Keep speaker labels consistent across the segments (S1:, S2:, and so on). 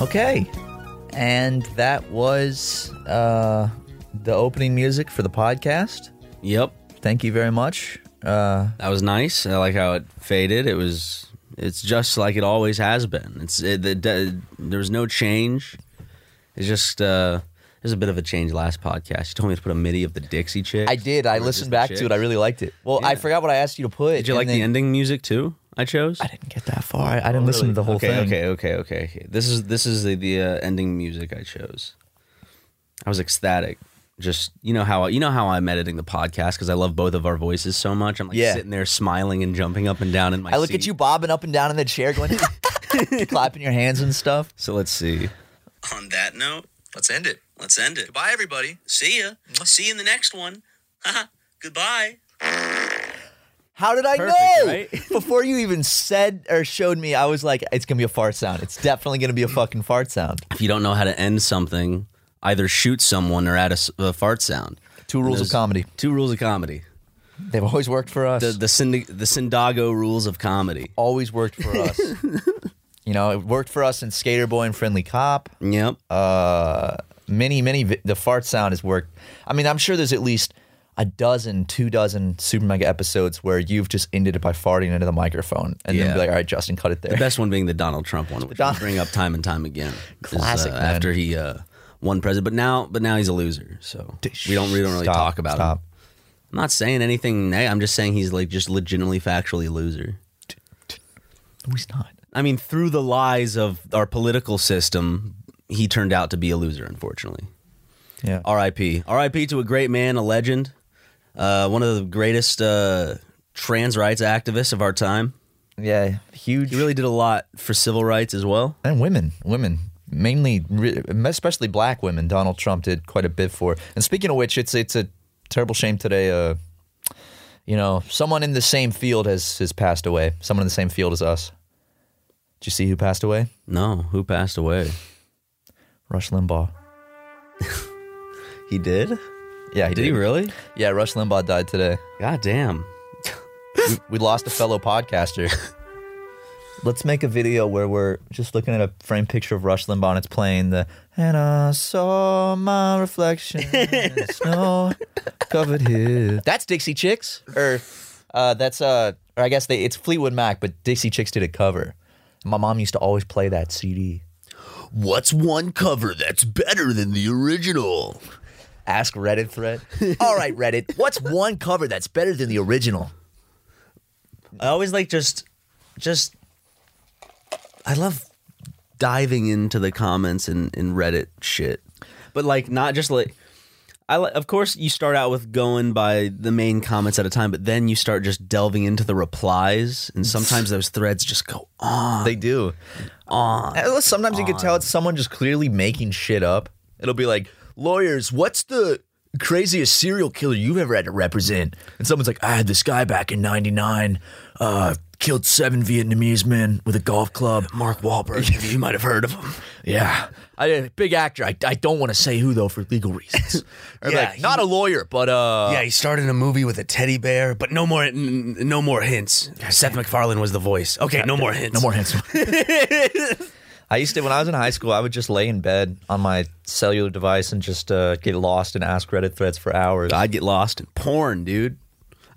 S1: Okay. And that was uh, the opening music for the podcast.
S2: Yep,
S1: Thank you very much. Uh,
S2: that was nice. I like how it faded. It was. It's just like it always has been. It's it, the the- there was no change. It's just uh, there's a bit of a change last podcast. You told me to put a MIDI of the Dixie Chicks.
S1: I did. I listened back to it. I really liked it. Well, I forgot what I asked you to put.
S2: Did you like the ending music too? I chose.
S1: I didn't get that far. I, I didn't listen to the whole
S2: okay,
S1: thing.
S2: Okay, okay, okay, okay. This is this is the the uh, ending music I chose. I was ecstatic. Just you know how you know how I'm editing the podcast because I love both of our voices so much. I'm like
S1: Yeah.
S2: sitting there smiling and jumping up and down in my.
S1: I look
S2: seat.
S1: at you bobbing up and down in the chair, going clapping your hands and stuff.
S2: So let's see.
S3: On that note,
S4: Let's end it.
S3: let's end it.
S4: Bye, everybody.
S3: See ya. See you in the next one. Goodbye.
S1: How did I
S2: Perfect,
S1: know?
S2: right?
S1: Before you even said or showed me, I was like, it's gonna be a fart sound. It's definitely gonna be a fucking fart sound.
S2: If you don't know how to end something, either shoot someone or add a, s- a fart sound.
S1: Two rules of
S2: Those-
S1: comedy.
S2: Two rules of comedy.
S1: They've always worked for us.
S2: The the, syndic the Sindago rules of comedy.
S1: always worked for us. you know, it worked for us in Skater Boy and Friendly Cop.
S2: Yep.
S1: Uh, many, many, vi- the fart sound has worked. I mean, I'm sure there's at least a dozen, two dozen Super Mega episodes where you've just ended it by farting into the microphone and then
S2: Yeah.
S1: be like, all right, Justin, cut it there.
S2: The best one being the Donald Trump one, which
S1: Don-
S2: we bring up time and time again. Is, uh,
S1: Classic, man.
S2: After he uh, won president, but now, but now he's a loser. So we don't, we don't really
S1: Stop,
S2: talk about
S1: stop.
S2: him. I'm not saying anything. neg- I'm just saying he's like just legitimately factually a loser.
S1: No, he's not.
S2: I mean, through the lies of our political system, he turned out to be a loser. Unfortunately,
S1: Yeah.
S2: R.I.P. R.I.P. to a great man, a legend, uh, one of the greatest uh, trans rights activists of our time.
S1: Yeah. Huge.
S2: He really did a lot for civil rights as well.
S1: and women, women, mainly, re- especially black women. Donald Trump did quite a bit for. And speaking of which, it's it's a terrible shame today. Uh, you know, someone in the same field has has passed away. Someone in the same field as us. Did you see who passed away?
S2: No, who passed away?
S1: Rush Limbaugh.
S2: He did?
S1: Yeah, he
S2: Did he really?
S1: Yeah, Rush Limbaugh died today.
S2: God damn.
S1: We lost a fellow podcaster. Let's make a video where we're just looking at a framed picture of Rush Limbaugh and it's playing the And I saw my reflection in the snow covered hills. That's Dixie Chicks. Or uh, that's uh or I guess they it's Fleetwood Mac, but Dixie Chicks did a cover. My mom used to always play that CD.
S4: What's one cover that's better than the original?
S1: Ask Reddit thread. All right, Reddit, what's one cover that's better than the original?
S2: I always like just just I love diving into the comments and in, Reddit shit. But like not just like I li- of course you start out with going by the main comments at a time, but then you start just delving into the replies and sometimes those threads just go on.
S1: They do. Uh, Sometimes you can tell it's someone just clearly making shit up.
S4: It'll be like, lawyers, what's the craziest serial killer you've ever had to represent? And someone's like, I had this guy back in 99, uh, killed seven Vietnamese men with a golf club.
S2: Mark Wahlberg, you might have heard of him.
S4: Yeah. I, uh, big actor. I, I don't want to say who, though, for legal reasons. Or
S2: Yeah,
S4: like, not a lawyer, but uh,
S2: yeah, he started in a movie with a teddy bear, but no more, n- n- no more hints. Seth MacFarlane was the voice. Okay, no more hints.
S4: no more handsome.
S1: I used to, when I was in high school, I would just lay in bed on my cellular device and just uh, get lost and ask Reddit threads for hours.
S2: I'd get lost in porn, dude.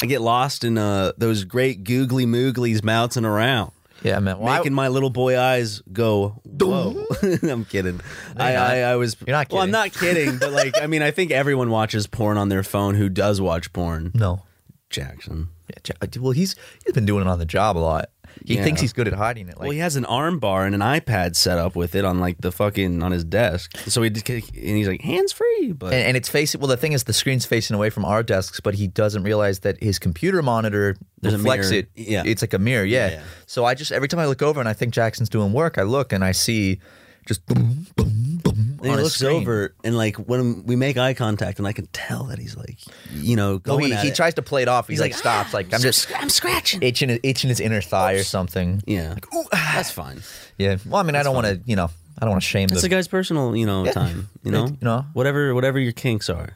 S2: I get lost in uh, those great googly mooglies bouncing around,
S1: Yeah, man. Why,
S2: making my little boy eyes go. Whoa! I'm kidding. I,
S1: not.
S2: I I was.
S1: You're not
S2: Well,
S1: kidding.
S2: I'm not kidding, but like, I mean, I think everyone watches porn on their phone who does watch porn.
S1: no.
S2: Jackson.
S1: Yeah, Ja- well, he's he's been doing it on the job a lot. He
S2: Yeah.
S1: thinks he's good at hiding it. Like,
S2: Well, he has an arm bar and an iPad set up with it on like the fucking on his desk. So he just, and he's like hands free, but
S1: and, and it's facing. Well, the thing is, the screen's facing away from our desks, but he doesn't realize that his computer monitor
S2: There's a
S1: reflects
S2: mirror.
S1: it.
S2: Yeah.
S1: it's like a mirror. Yeah. So I just every time I look over and I think Jackson's doing work, I look and I see just boom, boom, boom.
S2: And
S1: on his
S2: he looks
S1: screen.
S2: over and like when we make eye contact, and I can tell that he's like, you know,
S1: Oh,
S2: going
S1: he,
S2: at
S1: he
S2: it. "Ah,
S1: tries to play it off. He's, like, stops. Like I'm just
S2: I'm scratching. ah."
S1: itching, itching his inner thigh or something.
S2: yeah, that's fine.
S1: Yeah. Well, I mean, I don't want to. You know, I don't want to shame
S2: That's
S1: the.
S2: a guy's personal, you know, time. You know,
S1: you know.
S2: whatever, whatever your kinks are.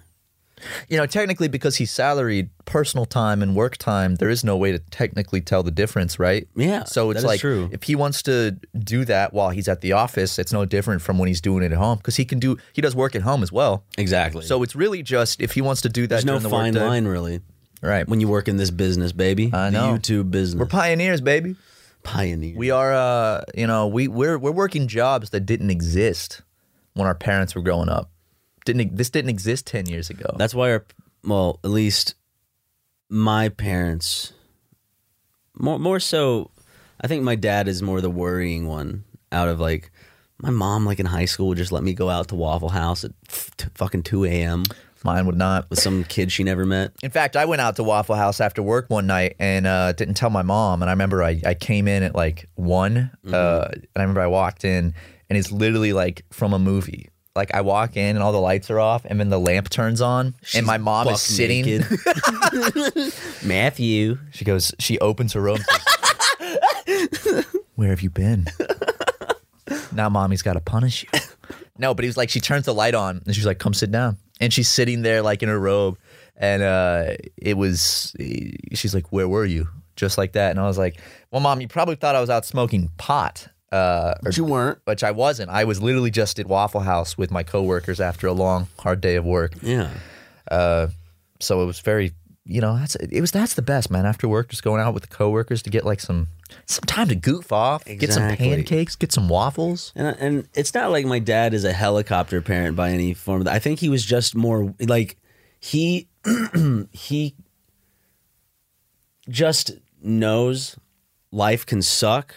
S1: you know, technically, because he's salaried, personal time and work time, there is no way to technically tell the difference, right?
S2: Yeah,
S1: So
S2: that
S1: it's
S2: is
S1: like
S2: true.
S1: if he wants to do that while he's at the office, it's no different from when he's doing it at home because he can do he does work at home as well.
S2: Exactly.
S1: So it's really just if he wants to do that
S2: there's no
S1: during the
S2: fine
S1: workday-
S2: line really
S1: right?
S2: when you work in this business, baby.
S1: I
S2: The
S1: know.
S2: YouTube business.
S1: we're pioneers, baby.
S2: pioneers.
S1: We are, uh, you know, we we're we're working jobs that didn't exist when our parents were growing up. Didn't e, this didn't exist ten years ago?
S2: That's why our well, at least my parents more more so I think my dad is more the worrying one out of like my mom like in high school would just let me go out to Waffle House at f- t- fucking 2 a.m.
S1: Mine would not.
S2: with some kid she never met.
S1: In fact, I went out to Waffle House after work one night and uh, didn't tell my mom. And I remember I, I came in at like one, uh, and I remember I walked in, and it's literally like from a movie. Like I walk in and all the lights are off, and then the lamp turns on, and my mom is
S2: Buck
S1: sitting.
S2: naked. Matthew.
S1: She goes, she opens her room. Where have you been? now mommy's got to punish you. No, but he was like, she turns the light on and she's like, come sit down. And she's sitting there like in her robe. And uh, it was, she's like, where were you? Just like that. And I was like, well, mom, you probably thought I was out smoking pot. Uh, or,
S2: You weren't.
S1: which I wasn't. I was literally just at Waffle House with my coworkers after a long, hard day of work.
S2: Yeah.
S1: So it was very, you know, that's it was that's the best, man. After work, just going out with the coworkers to get like some some time to goof off, get some
S2: Exactly.
S1: pancakes, get some waffles.
S2: And, and it's not like my dad is a helicopter parent by any form. of that. I think he was just more like he he just knows life can suck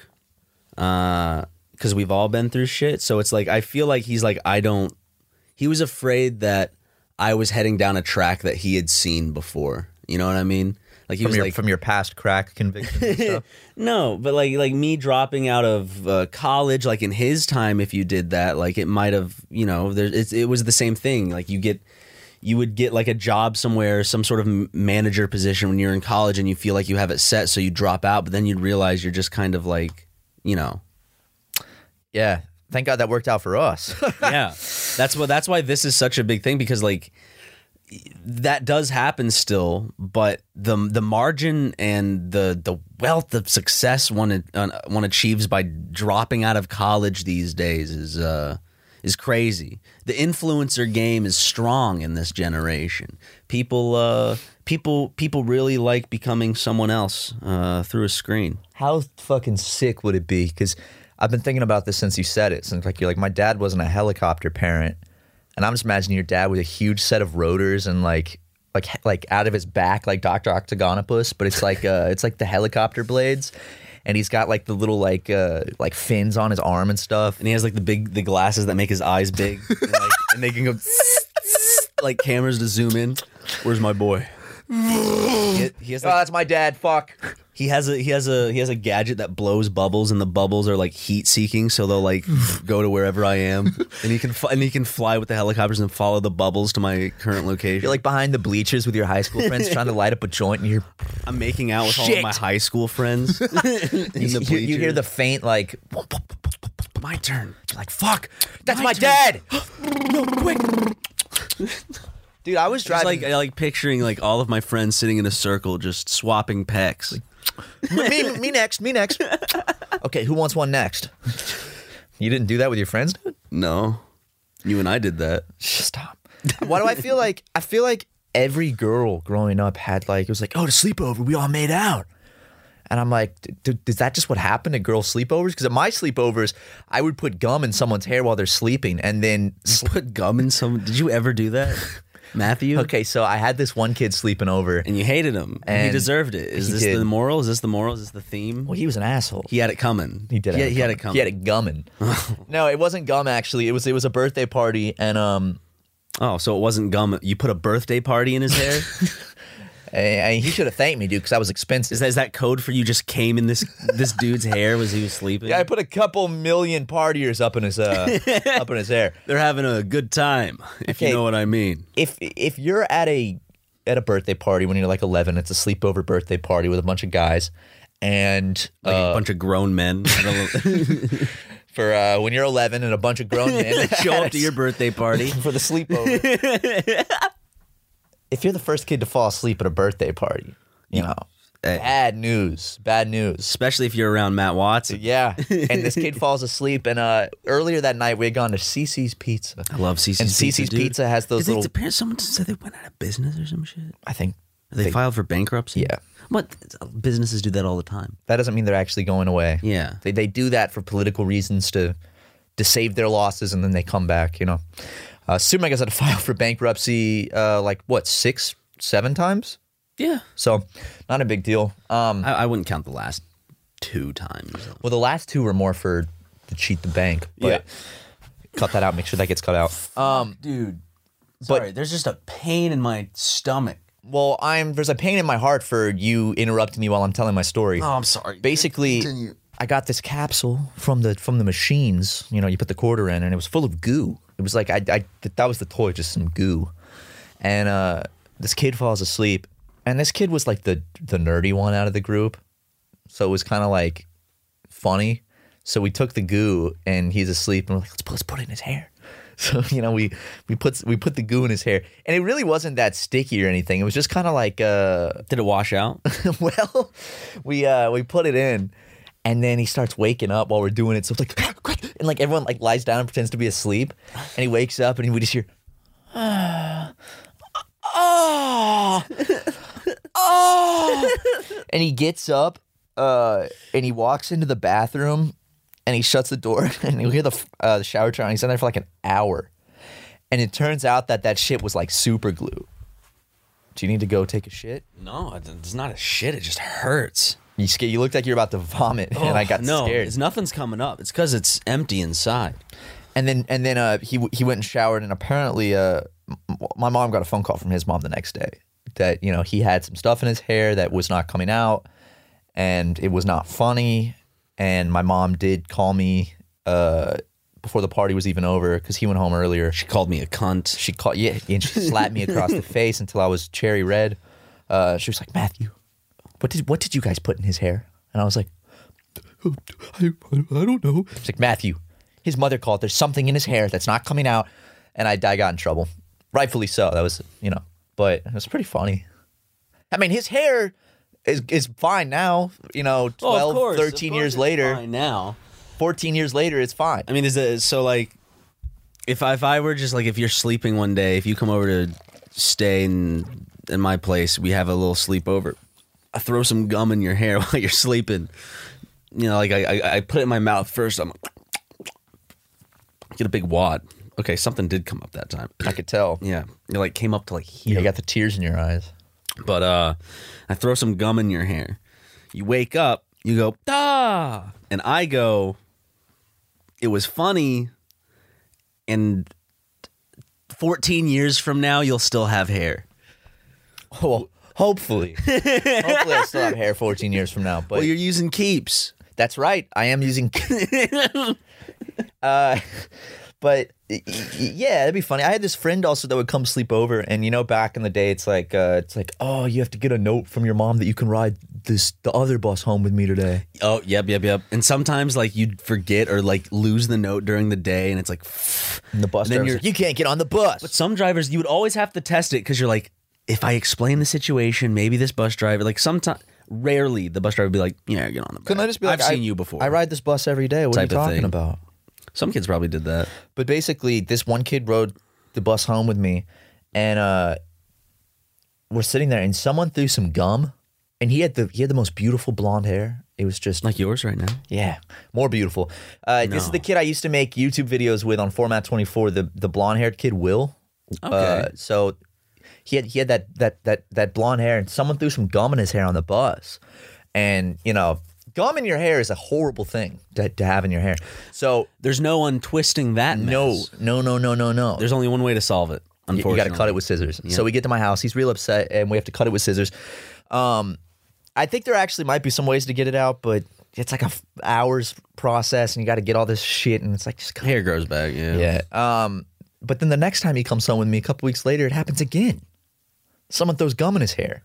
S2: because we've all been through shit. So it's like I feel like he's like I don't. He was afraid that I was heading down a track that he had seen before. You know what I mean? Like he
S1: From
S2: was
S1: your,
S2: like
S1: from your past crack convictions and stuff.
S2: no, but like like me dropping out of uh, college, like in his time, if you did that, like it might have, you know, there it's, it was the same thing. Like you get, you would get like a job somewhere, some sort of m- manager position when you're in college, and you feel like you have it set, so you drop out, but then you'd realize you're just kind of like, you know,
S1: Yeah. Thank God that worked out for us.
S2: yeah. That's what. That's why this is such a big thing because like that does happen still, but the the margin and the the wealth of success one uh, one achieves by dropping out of college these days is uh is crazy. The influencer game is strong in this generation. People uh people people really like becoming someone else uh through a screen.
S1: How fucking sick would it be? Because I've been thinking about this since you said it. Since like you're like, my dad wasn't a helicopter parent, and I'm just imagining your dad with a huge set of rotors and like, like, like out of his back, like Doctor Octagonopus, but it's like, uh, it's like the helicopter blades, and he's got like the little like, uh, like fins on his arm and stuff.
S2: and he has like the big the glasses that make his eyes big and, like, and they can go like cameras to zoom in where's my boy he, he has
S1: Oh,
S2: like,
S1: that's my dad. Fuck.
S2: he has a he has a he has a gadget that blows bubbles and the bubbles are like heat seeking so they'll like go to wherever i am and he can fi- and he can fly with the helicopters and follow the bubbles to my current location
S1: You're like behind the bleachers with your high school friends trying to light up a joint, and you're,
S2: i'm making out with all
S1: Shit.
S2: of my high school friends in the
S1: you, you hear
S2: bleachers.
S1: the faint like,
S2: my turn
S1: like fuck. That's
S2: My
S1: my
S2: turn.
S1: dad. no, quick. Dude, I was
S2: it's
S1: driving.
S2: like I like picturing like all of my friends sitting in a circle just swapping pecs
S1: me, me next, me next. okay, who wants one next? You didn't do that with your friends, dude?
S2: No. You and I did that.
S1: Stop. Why do I feel like I feel like every girl growing up had like it was like oh to sleepover we all made out, and I'm like d- d- is that just what happened to girl sleepovers? Because at my sleepovers I would put gum in someone's hair while they're sleeping and then sl-
S2: Put gum in some. Did you ever do that? Matthew?
S1: Okay, so I had this one kid sleeping over.
S2: And you hated him. he
S1: And
S2: deserved it. Is
S1: he
S2: this
S1: did.
S2: the moral? Is this the moral? Is this the theme?
S1: Well, he was an asshole.
S2: He had it coming.
S1: He did.
S2: He,
S1: have
S2: he had it
S1: gum.
S2: coming.
S1: He had it gumming. no, it wasn't gum. Actually, it was it was a birthday party, and um,
S2: oh, so it wasn't gum. You put a birthday party in his hair.
S1: and, and he should have thanked me, dude, because I was expensive.
S2: is, that, is that code for you? Just came in this this dude's hair was he was sleeping.
S1: Yeah, I put a couple million partiers up in his uh, up in his hair.
S2: They're having a good time, if you
S1: Okay.
S2: know what I mean.
S1: If if you're at a at a birthday party when you're like 11, it's a sleepover birthday party with a bunch of guys, and
S2: Like
S1: uh,
S2: a bunch of grown men
S1: for uh, when you're 11 and a bunch of grown men
S2: show up to your birthday party.
S1: for the sleepover. if you're the first kid to fall asleep at a birthday party, you know, eh,
S2: Hey.
S1: bad news, bad news.
S2: Especially if you're around Matt Watson.
S1: Yeah, and this kid falls asleep. And uh, earlier that night, we had gone to CC's Pizza.
S2: I love CC's
S1: And
S2: Pizza,
S1: CC's
S2: dude.
S1: Pizza has
S2: Is
S1: those
S2: it
S1: little.
S2: the parents? Someone said they went out of business or some shit.
S1: I think
S2: They, filed for bankruptcy.
S1: Yeah.
S2: What businesses do that all the time?
S1: that doesn't mean they're actually going away.
S2: Yeah.
S1: They they do that for political reasons to to save their losses and then they come back, you know. Uh Sumegas had to file for bankruptcy uh like what, six, seven times?
S2: Yeah.
S1: So not a big deal. Um
S2: I, I wouldn't count the last two times.
S1: well the last two were more for to cheat the bank. But cut that out, make sure that gets cut out. Um
S2: Dude. Sorry, there's just a pain in my stomach.
S1: well I'm there's a pain in my heart for you interrupting me while I'm telling my story.
S2: Oh, I'm sorry.
S1: basically I got this capsule from the from the machines. You know, you put the quarter in, and it was full of goo. It was like I, I that was the toy, just some goo. And uh, this kid falls asleep, and this kid was like the the nerdy one out of the group, so it was kind of like funny. So we took the goo, and he's asleep, and we're like, let's put, let's put it in his hair. So you know, we we put we put the goo in his hair, and it really wasn't that sticky or anything. It was just kind of like uh,
S2: Did it wash out?
S1: well, we uh we put it in, and then he starts waking up while we're doing it. So it's like "Ah, quick, and like everyone like lies down and pretends to be asleep, and he wakes up and we just hear, ah, ah, ah, and he gets up, uh, and he walks into the bathroom, and he shuts the door, and you hear the f- uh, the shower trying. He's in there for like an hour, and it turns out that that shit was like super glue. Do you need to go take a shit?
S2: no, it- it's not a shit. It just hurts.
S1: You scared, you looked like you were about to vomit, and I got
S2: Oh, no,
S1: scared.
S2: it's nothing's coming up. It's because it's empty inside.
S1: And then and then uh, he w- he went and showered, and apparently uh, m- m- my mom got a phone call from his mom the next day that you know he had some stuff in his hair that was not coming out, and it was not funny. And my mom did call me uh, before the party was even over because he went home earlier.
S2: She called me a cunt.
S1: She called yeah, and she slapped me across the face until I was cherry red. Uh, she was like, Matthew, what did what did you guys put in his hair? And I was like,
S4: I, I don't know.
S1: She's like, Matthew, his mother called. There's something in his hair that's not coming out. And I, I got in trouble. Rightfully so. That was, you know, but it was pretty funny. I mean, his hair is, is fine now, you know,
S2: Oh,
S1: 12, 13 years later,
S2: now.
S1: 14 years later, it's fine.
S2: I mean, is it so like if I, if I were just like if you're sleeping one day, if you come over to stay in in my place, we have a little sleepover. I throw some gum in your hair while you're sleeping. You know, like I I, I put it in my mouth first. I'm get a big wad. Okay, something did come up that time.
S1: I could tell.
S2: Yeah, it like came up to like
S1: You
S2: here.
S1: got the tears in your eyes.
S2: But uh, I throw some gum in your hair. You wake up, you go, ah. And I go, it was funny. And 14 years from now, you'll still have hair.
S1: Well, hopefully. hopefully, I still have hair 14 years from now. But
S2: Well, you're using keeps.
S1: That's right. I am using. uh, but y- y- yeah, that'd be funny. I had this friend also that would come sleep over, and you know, back in the day, it's like uh, it's like, oh, you have to get a note from your mom that you can ride this the other bus home with me today.
S2: Oh, yep, yep, yep. And sometimes, like, you'd forget or, like, lose the note during the day, and it's like,
S1: And the bus
S2: And then
S1: driver's
S2: you're-
S1: like, you can't get on the bus.
S2: But some drivers, you would always have to test it because you're like, if I explain the situation, maybe this bus driver, like sometimes, rarely the bus driver would be like, yeah, get on the bus.
S1: Couldn't I just be like,
S2: I've
S1: I-
S2: seen you before.
S1: I ride this bus every day. What are you
S2: Type of
S1: talking
S2: thing.
S1: about?
S2: Some kids probably did that.
S1: But basically, this one kid rode the bus home with me, and uh, we're sitting there, and someone threw some gum, and he had the he had the most beautiful blonde hair. It was just
S2: Like yours right now.
S1: Yeah, more beautiful. Uh, This is the kid I used to make YouTube videos with on Format 24, the, the blonde haired kid, Will.
S2: Okay.
S1: Uh, so he had he had that that that that blonde hair, and someone threw some gum in his hair on the bus, and you know, gum in your hair is a horrible thing to, to have in your hair. So
S2: There's no untwisting that.
S1: no,
S2: mess.
S1: no, no, no, no, no.
S2: there's only one way to solve it.
S1: Y- you
S2: Unfortunately,
S1: got to cut it with scissors. So we get to my house. He's real upset, and we have to cut it with scissors. Um, I think there actually might be some ways to get it out, but it's like a f- hours process, and you got to get all this shit, and it's like just cut.
S2: Hair grows back. Yeah.
S1: Yeah. Um, but then the next time he comes home with me, a couple weeks later, it happens again. Someone throws gum in his hair,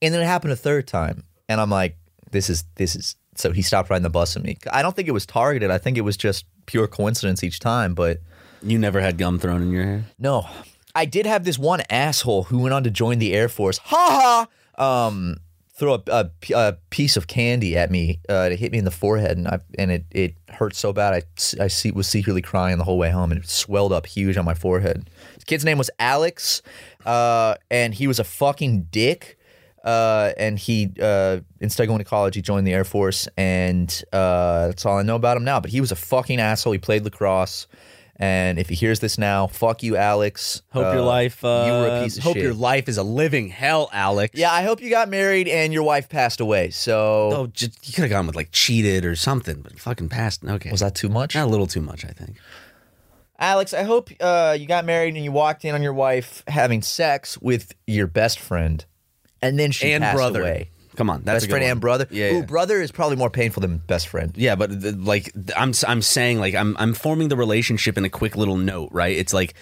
S1: and then it happened a third time, and I'm like, this is this is. So he stopped riding the bus with me. I don't think it was targeted. I think it was just pure coincidence each time, but.
S2: You never had gum thrown in your hair.
S1: No. I did have this one asshole who went on to join the Air Force. Ha ha! Um, throw a, a, a piece of candy at me. Uh, it hit me in the forehead, and I and it it hurt so bad. I s- I se- was secretly crying the whole way home, and it swelled up huge on my forehead. This kid's name was Alex, uh, and he was a fucking dick. Uh, and he uh, instead of going to college, he joined the Air Force, and uh, that's all I know about him now. But he was a fucking asshole. He played lacrosse, and if he hears this now, fuck you, Alex.
S2: Hope your
S1: Uh,
S2: life. Uh,
S1: you were a piece of
S2: hope
S1: shit.
S2: your life is a living hell, Alex.
S1: Yeah, I hope you got married and your wife passed away. So
S2: Oh, just, you could have gone with like cheated or something, but fucking passed. Okay.
S1: was that too much?
S2: Not a little too much? I think.
S1: Alex, I hope uh, you got married and you walked in on your wife having sex with your best friend, and then she
S2: and
S1: passed
S2: brother.
S1: away.
S2: Come on, that's
S1: Best
S2: a good
S1: friend
S2: one.
S1: and brother.
S2: Yeah,
S1: Ooh,
S2: yeah.
S1: brother is probably more painful than best friend.
S2: Yeah, but the, like th- I'm, s- I'm saying like I'm, I'm forming the relationship in a quick little note, right? It's like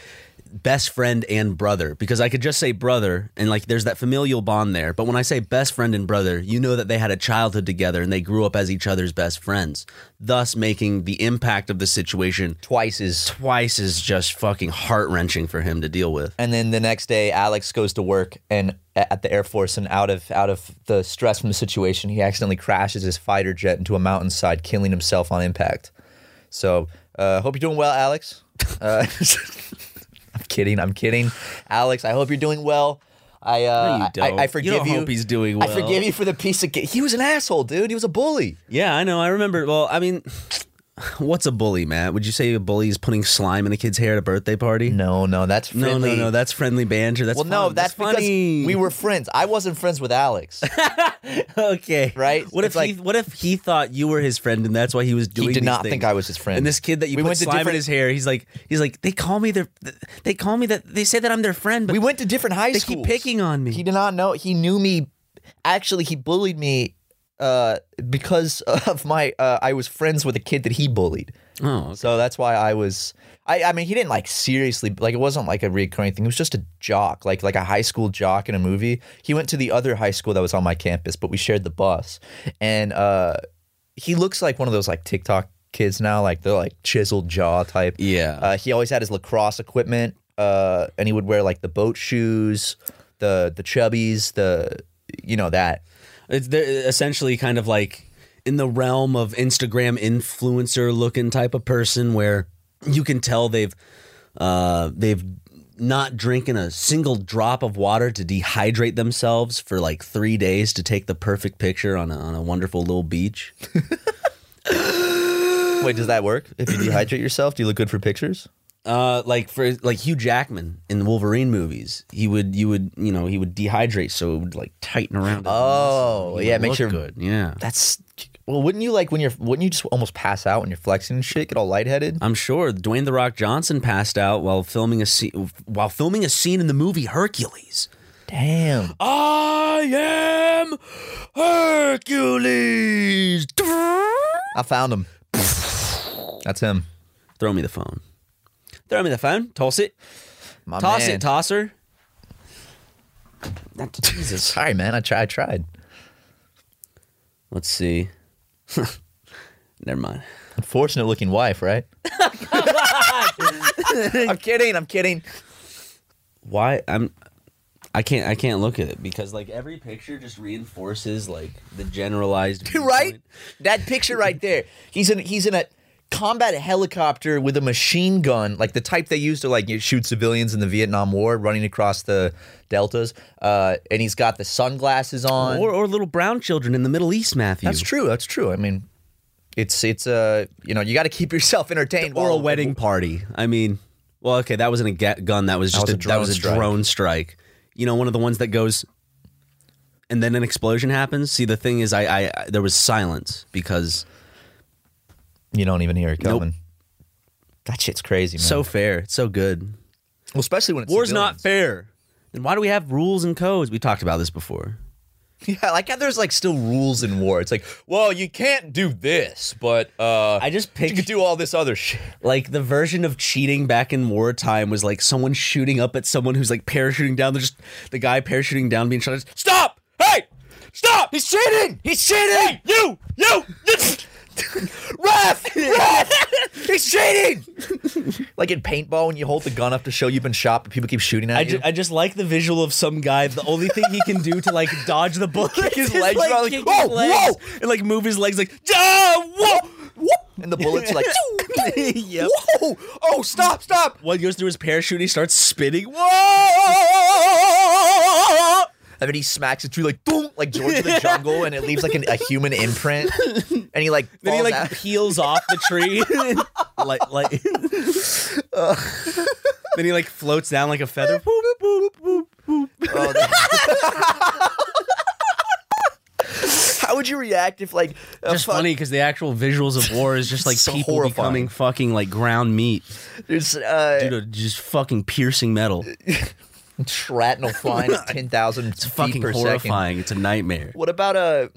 S2: best friend and brother because I could just say brother and like there's that familial bond there. But when I say best friend and brother, you know that they had a childhood together and they grew up as each other's best friends, thus making the impact of the situation
S1: Twice is
S2: twice as just fucking heart wrenching for him to deal with.
S1: And then the next day, Alex goes to work and at the Air Force, and out of out of the stress from the situation, he accidentally crashes his fighter jet into a mountainside, killing himself on impact. So, uh, hope you're doing well, Alex. Uh, I'm kidding. I'm kidding, Alex. I hope you're doing well. I uh,
S2: No, you
S1: I- I,
S2: don't.
S1: forgive
S2: You don't hope he's doing
S1: I
S2: well.
S1: forgive you for the piece of. He was an asshole, dude. He was a bully.
S2: Yeah, I know. I remember. Well, I mean, what's a bully, Matt? Would you say a bully is putting slime in a kid's hair at a birthday party?
S1: No, no, that's
S2: No,
S1: friendly.
S2: no, no. That's friendly banter. That's
S1: well, no,
S2: fun.
S1: that's,
S2: funny.
S1: because we were friends. I wasn't friends with Alex.
S2: okay,
S1: Right?
S2: What
S1: It's
S2: if he?
S1: like-
S2: What if he thought you were his friend, and that's why he was doing?
S1: he did
S2: these
S1: not
S2: things?
S1: think I was his friend.
S2: And this kid that you
S1: We
S2: put
S1: went to
S2: slime in
S1: different-
S2: his hair, he's like, he's like, they call me their, they call me that, they say that I'm their friend, but
S1: we went to different high
S2: they
S1: schools.
S2: keep picking on me.
S1: He did not know. He knew me. Actually, he bullied me uh, because of my. Uh, I was friends with a kid that he bullied.
S2: oh,
S1: So that's why I was. I, I mean, he didn't like seriously. Like it wasn't like a recurring thing. It was just a jock, like like a high school jock in a movie. He went to the other high school that was on my campus, but we shared the bus. And uh, he looks like one of those like TikTok kids now, like they're like chiseled jaw type.
S2: Yeah.
S1: Uh, he always had his lacrosse equipment, uh, and he would wear like the boat shoes, the the chubbies, the you know that.
S2: It's they're essentially kind of like in the realm of Instagram influencer looking type of person where you can tell they've uh, they've not drinking a single drop of water to dehydrate themselves for like three days to take the perfect picture on a, on a wonderful little beach.
S1: Wait, does that work? If you dehydrate yourself, do you look good for pictures?
S2: Uh, like for like Hugh Jackman in the Wolverine movies, he would you would you know he would dehydrate so it would like tighten around. his
S1: Oh,
S2: muscles. He
S1: yeah,
S2: would
S1: make
S2: look
S1: sure-
S2: good. Yeah,
S1: That's well, wouldn't you like when you're wouldn't you just almost pass out when you're flexing and shit, get all lightheaded?
S2: I'm sure Dwayne the Rock Johnson passed out while filming a scene while filming a scene in the movie Hercules.
S1: Damn.
S2: I am Hercules.
S1: I found him. That's him.
S2: Throw me the phone. Throw me the phone. Toss it.
S1: My
S2: Toss
S1: man.
S2: it, tosser. Not- Jesus.
S1: Sorry, man. I tried. I tried.
S2: Let's see. Never mind.
S1: Unfortunate looking wife, right? I'm kidding. I'm kidding.
S2: Why I'm I can't I can't look at it because like every picture just reinforces like the generalized
S1: right?
S2: viewpoint.
S1: That picture right there. He's in he's in a combat helicopter with a machine gun, like the type they used to like shoot civilians in the Vietnam War, running across the deltas. Uh, and he's got the sunglasses on.
S2: Or, or little brown children in the Middle East, Matthew.
S1: that's true. That's true. I mean, it's it's uh you know you got to keep yourself entertained.
S2: or a
S1: while-
S2: wedding party. I mean, well, okay, that wasn't a ga- gun. That was just
S1: was
S2: a,
S1: a
S2: that
S1: drone
S2: was a
S1: strike.
S2: drone strike. you know, one of the ones that goes, and then an explosion happens. See, the thing is, I, I, I there was silence because
S1: You don't even hear it coming. That shit's crazy, man.
S2: so fair, it's so good.
S1: well, especially when it's
S2: War's not
S1: civilians.
S2: fair. Then why do we have rules and codes? We talked about this before.
S1: Yeah, like how there's like still rules in war. It's like, well, you can't do this, but uh
S2: I just
S1: you
S2: picked
S1: could do all this other shit.
S2: like the version of cheating back in wartime was like someone shooting up at someone who's like parachuting down. They're just the guy parachuting down being shot. at, Stop! Hey! Stop! He's cheating! He's cheating! Hey, you! You!
S1: Ref! Ref! He's cheating! like in paintball when you hold the gun up to show you've been shot, but people keep shooting at
S2: I,
S1: you.
S2: ju- I just like the visual of some guy. The only thing he can do to like dodge the bullet
S1: his
S2: is
S1: legs
S2: like,
S1: around, like,
S2: kick
S1: "Whoa,
S2: his legs
S1: whoa!"
S2: and like move his legs like ah, whoa.
S1: and the bullets are like
S2: yep.
S1: Whoa! Oh, stop, stop!
S2: One goes through his parachute. He starts spinning. Whoa!
S1: And then he smacks a tree like boom, like George of the Jungle, and it leaves like an, a human imprint. And he like
S2: Then he
S1: falls
S2: like
S1: out.
S2: peels off the tree, like like. then he like floats down like a feather. Boop, boop, boop, boop, boop.
S1: Oh, that- How would you react if like a
S2: Just
S1: fuck-
S2: funny because the actual visuals of war is just like
S1: So
S2: people
S1: horrifying.
S2: becoming fucking like ground meat,
S1: there's uh,
S2: dude, uh, just fuking piercing metal.
S1: shrapnel flying at 10,000
S2: It's
S1: feet
S2: fucking
S1: per second.
S2: horrifying. It's a nightmare.
S1: What about a.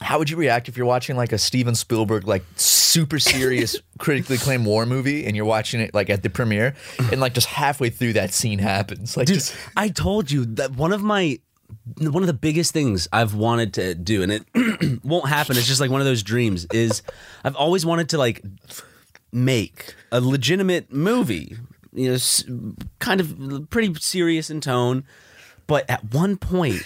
S1: How would you react if you're watching like a Steven Spielberg, like super serious, critically acclaimed war movie and you're watching it like at the premiere and like just halfway through that scene happens? Like, just,
S2: I told you that one of my one of the biggest things I've wanted to do, and it won't happen. It's just like one of those dreams. Is I've always wanted to like make a legitimate movie, you know, s- kind of pretty serious in tone, but at one point.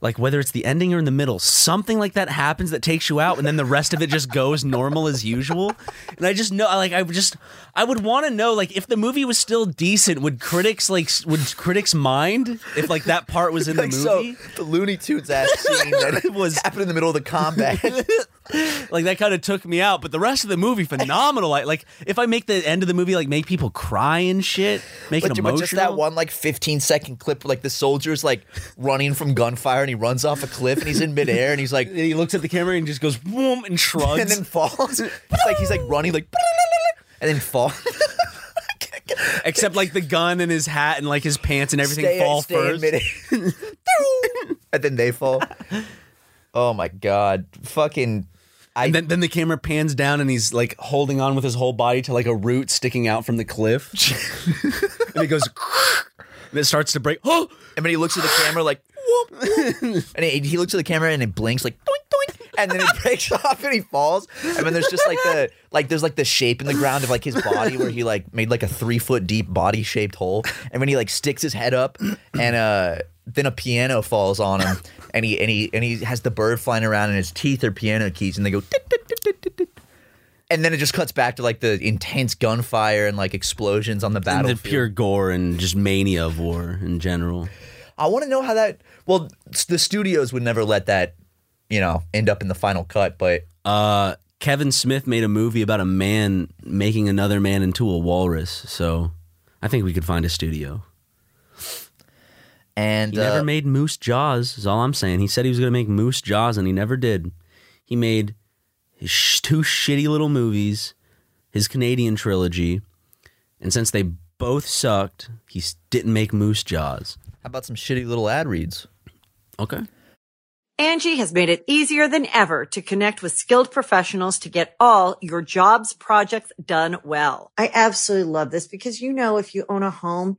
S2: Like whether it's the ending or in the middle, something like that happens that takes you out, and then the rest of it just goes normal as usual. And I just know, I like, I would just, I would want to know, like, if the movie was still decent, would critics like, s- would critics mind if like that part was in the
S1: like,
S2: movie?
S1: so the Looney Tunes ass scene that was happened in the middle of the combat.
S2: like that kind of took me out. But the rest of the movie, phenomenal. Like, like if I make the end of the movie like make people cry and shit, make
S1: But,
S2: it
S1: ju-
S2: emotional.
S1: but just that one like 15 second clip where like the soldier's like running from gunfire and he runs off a cliff and he's in midair and he's like,
S2: And he looks at the camera and just goes boom and shrugs.
S1: and then falls. It's like he's like running like and then falls.
S2: except like the gun and his hat and like his pants and everything
S1: Stay-
S2: fall
S1: stay in
S2: first.
S1: midair. and then they fall. Oh my god. Fucking
S2: And then, then the camera pans down and he's like holding on with his whole body to like a root sticking out from the cliff. and it goes and it starts to break. Oh,
S1: and then he looks at the camera like whoop, whoop. and he, he looks at the camera and it blinks like doink, doink, and then it breaks off and he falls. And then there's just like the like there's like the shape in the ground of like his body where he like made like a three foot deep body shaped hole. And when he like sticks his head up and uh then a piano falls on him and he and he and he has the bird flying around and his teeth are piano keys and they go "Dit, dit, dit, dit, dit, dit." and then it just cuts back to like the intense gunfire and like explosions on the
S2: and the
S1: battlefield.
S2: pure gore and just mania of war in general.
S1: I want to know how that. Well, s- the studios would never let that, you know, end up in the final cut. But
S2: Uh, Kevin Smith made a movie about a man making another man into a walrus. So I think we could find a studio.
S1: and
S2: He never
S1: uh,
S2: made Moose Jaws, is all I'm saying. He said he was going to make Moose Jaws, and he never did. He made his sh- two shitty little movies, his Canadian trilogy, and since they both sucked, he s- didn't make Moose Jaws.
S1: how about some shitty little ad reads?
S2: Okay.
S5: Angie has made it easier than ever to connect with skilled professionals to get all your jobs projects done well.
S6: I absolutely love this because, you know, if you own a home,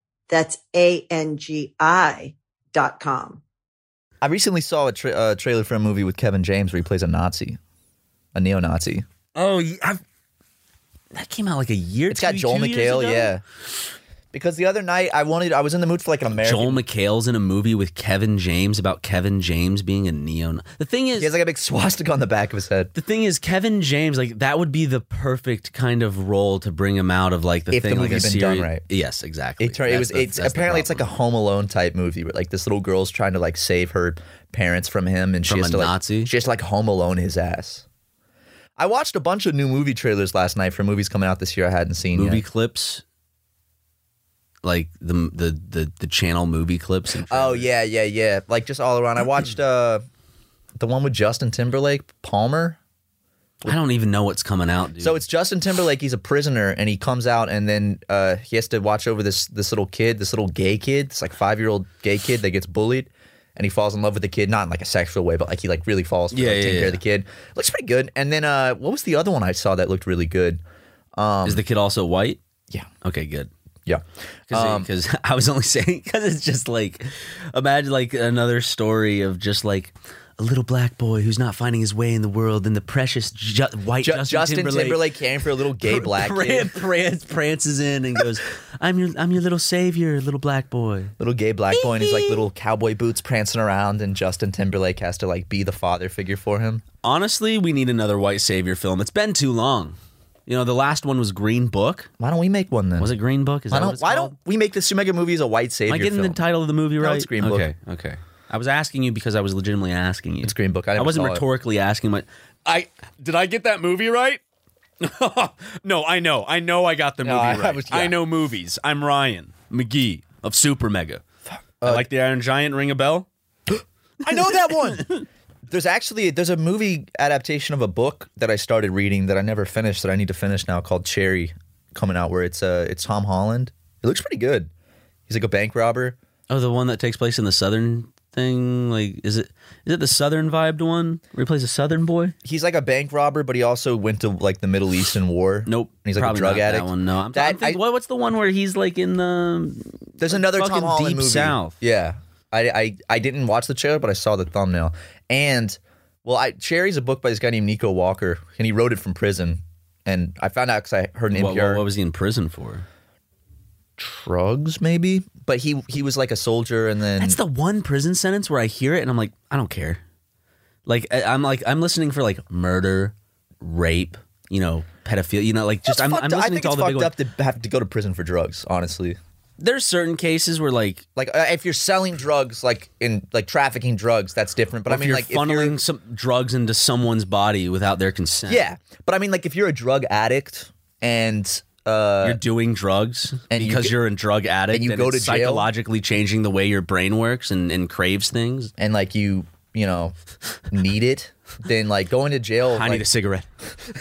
S6: That's A-N-G-I dot com.
S1: I recently saw a tra- uh, trailer for a movie with Kevin James where he plays a Nazi, a neo-Nazi.
S2: Oh, y- I've, that came out like a year.
S1: It's got
S2: two-
S1: Joel
S2: two years
S1: McHale,
S2: ago?
S1: yeah. Because the other night I wanted, I was in the mood for like an American.
S2: Joel McHale's in a movie with Kevin James about Kevin James being a neo. The thing is,
S1: he has like a big swastika on the back of his head.
S2: the thing is, Kevin James, like that would be the perfect kind of role to bring him out of like the
S1: If the
S2: thing, like
S1: movie'd
S2: a
S1: been done
S2: serious-
S1: right.
S2: Yes, exactly.
S1: It, tur- it
S2: That's
S1: was.
S2: the-
S1: it's
S2: that's the
S1: apparently it's like a
S2: problem.
S1: Home Alone type movie where like this little girl's trying to like save her parents from him, and she
S2: From
S1: has
S2: a
S1: to like
S2: Nazi?
S1: she has to like Home Alone his ass. I watched a bunch of new movie trailers last night for movies coming out this year I hadn't seen
S2: movie
S1: yet.
S2: clips, like the the the, the channel movie clips. And
S1: Oh yeah, yeah, yeah. Like just all around. I watched uh the one with Justin Timberlake, Palmer.
S2: I don't even know what's coming out. Dude.
S1: So it's Justin Timberlake. He's a prisoner, and he comes out, and then uh, he has to watch over this this little kid, this little gay kid, this like five year old gay kid that gets bullied, and he falls in love with the kid, not in like a sexual way, but like he like really falls for
S2: Yeah,
S1: like,
S2: yeah,
S1: taking care
S2: yeah.
S1: of the kid. Looks pretty good. And then uh, what was the other one I saw that looked really good? um,
S2: is the kid also white?
S1: Yeah.
S2: Okay, good.
S1: Yeah, Um,
S2: Because I was only saying because it's just like imagine like another story of just like a little black boy who's not finding his way in the world, and the precious ju- white
S1: Ju-
S2: Justin,
S1: Justin
S2: Timberlake,
S1: Timberlake. came for a little gay
S2: pr-
S1: black
S2: pran-
S1: kid,
S2: pran- prances in and goes, "I'm your I'm your little savior, little black boy."
S1: little gay black boy, and he's like little cowboy boots prancing around, and Justin Timberlake has to like be the father figure for him.
S2: Honestly, we need another white savior film. It's been too long. You know, the last one was Green Book.
S1: Why don't we make one then?
S2: Was it Green Book? Is
S1: Why
S2: that what
S1: don't
S2: it's
S1: Why
S2: called?
S1: don't we make this Schumacher movie as a white savior?
S2: Am I getting
S1: film?
S2: the title of the movie right?
S1: it's Green Book.
S2: Okay, okay. I was asking you because I was legitimately asking you.
S1: It's Green Book. I
S2: I,
S1: never
S2: wasn't
S1: saw it.
S2: rhetorically asking. My I did I get that movie right? no, I know. I know I got the movie
S1: I- I
S2: right. I,
S1: was- yeah.
S2: know movies. I'm Ryan McGee of Super Mega.
S1: Uh,
S2: I like the Iron Giant. Ring a bell?
S1: I know that one. There's actually there's a movie adaptation of a book that I started reading that I never finished that I need to finish now called Cherry, coming out where it's uh it's Tom Holland. It looks pretty good. He's like a bank robber.
S2: Oh, the one that takes place in the southern thing. Like, is it is it the southern vibed one where he plays a southern boy?
S1: He's like a bank robber, but he also went to like the Middle Eastern War.
S2: Nope.
S1: And he's like
S2: probably
S1: a drug
S2: not
S1: addict.
S2: That one, no. I'm,
S1: That-
S2: I'm thinking,
S1: I-
S2: what- what's the one where he's like in the
S1: There's another Tom
S2: fucking
S1: Holland
S2: Deep
S1: movie.
S2: South.
S1: Yeah, I, I I didn't watch the trailer, but I saw the thumbnail. And well, I Cherry's a book by this guy named Nico Walker, and he wrote it from prison. And I found out because I heard an
S2: what,
S1: NPR
S2: what, what was he in prison for?
S1: drugs, maybe. But he he was like a soldier, and then
S2: That's the one prison sentence where I hear it and I'm like, I don't care. Like I- I'm like I'm listening for like murder, rape, you know, pedophilia, you know, like just
S1: It's
S2: I'm,
S1: fucked up.
S2: I'm
S1: I
S2: listening
S1: think
S2: to all
S1: it's
S2: the big
S1: fucked
S2: ones.
S1: up to have to go to prison for drugs. Honestly,
S2: There's certain cases where like
S1: like uh, if you're selling drugs, like in like trafficking drugs, that's different. But I
S2: if
S1: mean,
S2: you're
S1: like if
S2: funneling
S1: you're-
S2: some drugs into someone's body without their consent.
S1: yeah. But I mean, like if you're a drug addict and uh,
S2: You're doing drugs
S1: And you
S2: because
S1: get-
S2: you are a drug addict
S1: you go
S2: it's
S1: to jail.
S2: psychologically changing the way your brain works and, and craves things.
S1: and like you you know need it then like going to jail
S2: I
S1: like,
S2: need a cigarette.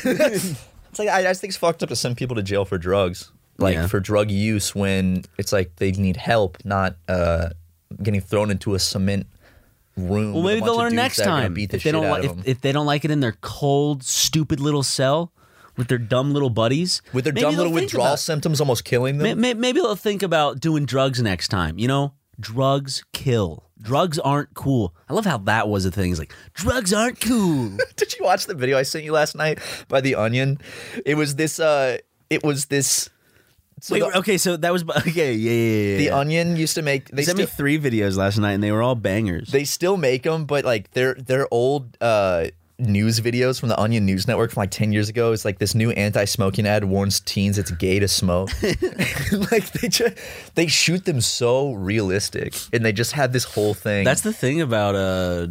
S1: it's like I, I just think it's fucked up to send people to jail for drugs like
S2: Yeah.
S1: for drug use when it's like they need help not uh getting thrown into a cement room
S2: Well,
S1: with a
S2: maybe
S1: bunch
S2: they'll
S1: of
S2: learn
S1: dudes
S2: next
S1: that are gonna
S2: time.
S1: beat the
S2: if they don't
S1: shit out
S2: like,
S1: of them.
S2: if, if they don't like it in their cold, stupid little cell with their dumb little buddies,
S1: with their
S2: maybe
S1: dumb
S2: they'll
S1: little
S2: think
S1: withdrawal
S2: about-
S1: symptoms almost killing them
S2: may- may- maybe they'll think about doing drugs next time. You know, drugs kill. Drugs aren't cool. I love how that was a thing. It's like drugs aren't cool.
S1: Did you watch the video I sent you last night by The Onion? It was this. uh It was this. So
S2: Wait,
S1: the,
S2: okay, so that was okay. Yeah, yeah, yeah.
S1: The
S2: yeah.
S1: Onion used to make. They
S2: uh, They sent me
S1: still,
S2: three videos last night, and they were all bangers.
S1: they still make them, but like they're they're old uh, news videos from the Onion News Network from like ten years ago. It's like this new anti-smoking ad warns teens it's gay to smoke. like they just they shoot them so realistic, and they just had this whole thing.
S2: That's the thing about uh,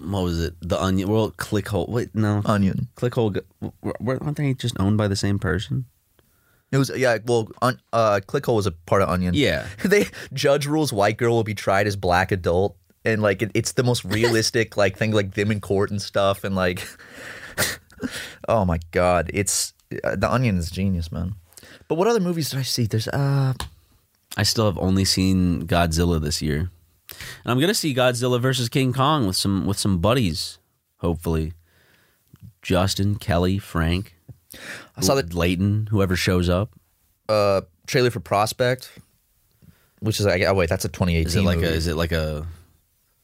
S2: what was it? The onion. Well, clickhole. Wait, no,
S1: Onion.
S2: clickhole. go- w- w- Aren't they just owned by the same person?
S1: It was yeah. Well, un, uh, Clickhole was a part of Onion.
S2: Yeah.
S1: they judge rules white girl will be tried as black adult, and like it, it's the most realistic like thing, like them in court and stuff, and like, oh my god, it's uh, the Onion is genius, man. But what other movies did I see? There's uh,
S2: I still have only seen Godzilla this year. And I'm gonna see Godzilla versus King Kong with some with some buddies, hopefully. Justin, Kelly, Frank,
S1: I saw the
S2: Layton, whoever shows up.
S1: uh, trailer for Prospect, which is like, oh wait, that's a 2018.
S2: Is it like
S1: movie.
S2: a is it like a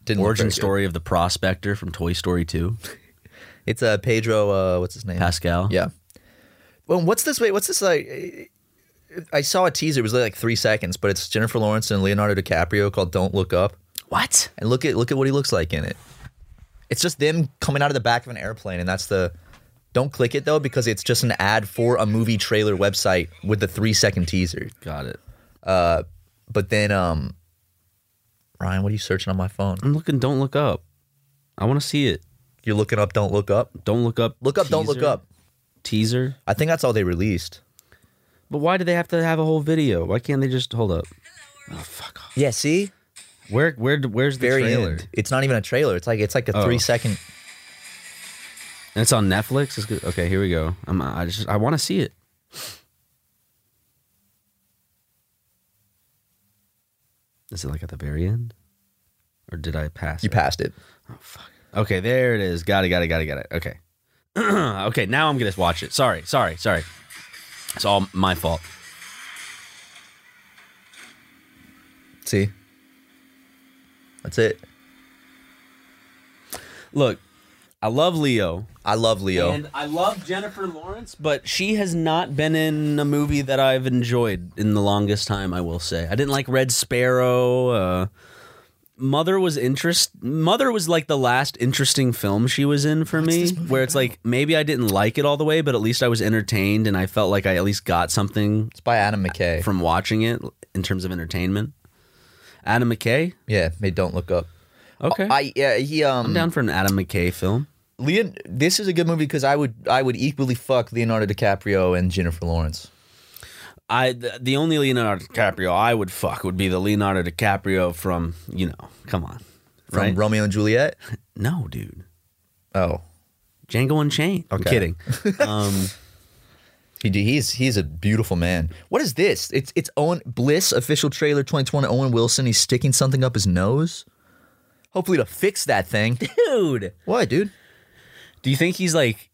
S1: Didn't look
S2: origin
S1: very good.
S2: story of the prospector from Toy Story Two?
S1: It's uh, Pedro. Uh, what's his name?
S2: Pascal.
S1: Yeah. Well, what's this? Wait, what's this like? I saw a teaser. It was like three seconds, but it's Jennifer Lawrence and Leonardo DiCaprio called "Don't Look Up."
S2: What?
S1: And look at look at what he looks like in it. It's just them coming out of the back of an airplane, and that's the. Don't click it though, because it's just an ad for a movie trailer website with the three second teaser.
S2: Got it.
S1: But then, um, Ryan, what are you searching on my phone?
S2: I'm looking. Don't look up. I want to see it.
S1: You're looking up. Don't look up.
S2: Don't look up.
S1: Look up. Don't look
S2: teaser-
S1: up.
S2: Teaser.
S1: I think that's all they released.
S2: But why do they have to have a whole video? Why can't they just hold up? Oh,
S1: Yeah. See,
S2: Where where where's the
S1: very
S2: trailer?
S1: end. It's not even a trailer. It's like it's like a
S2: Oh.
S1: three second.
S2: And it's on Netflix. It's good. Okay, here we go. I'm, I just I want to see it. Is it like at the very end, or did I pass?
S1: You
S2: it?
S1: passed it.
S2: Okay, there it is. Got it. Got it. Got it. Got it. Okay. okay. Now I'm gonna watch it. Sorry. Sorry. Sorry. It's all my fault.
S1: See, that's it.
S2: Look, I love Leo.
S1: I love Leo.
S2: And I love Jennifer Lawrence, but she has not been in a movie that I've enjoyed in the longest time, I will say. I didn't like Red Sparrow. Uh, Mother was interest Mother was like the last interesting film she was in for me where it's like maybe I didn't like it all the way, but at least I was entertained and I felt like I at least got something
S1: it's by Adam McKay.
S2: from watching it in terms of entertainment. Adam McKay?
S1: yeah, made Don't Look Up.
S2: Okay.
S1: I yeah he um
S2: I'm down for an Adam McKay film.
S1: Leon. This is a good movie because I would I would equally fuck Leonardo DiCaprio and Jennifer Lawrence.
S2: I the, the only Leonardo DiCaprio I would fuck would be the Leonardo DiCaprio from you know come on
S1: From
S2: right
S1: Romeo and Juliet.
S2: no dude
S1: Oh,
S2: Django Unchained I'm
S1: Okay.
S2: kidding um,
S1: he do- he's he's a beautiful man. What is this? It's it's Owen Bliss official trailer 2020. Owen Wilson. He's sticking something up his nose. Hopefully to fix that thing.
S2: dude
S1: Why, dude?
S2: do you think he's like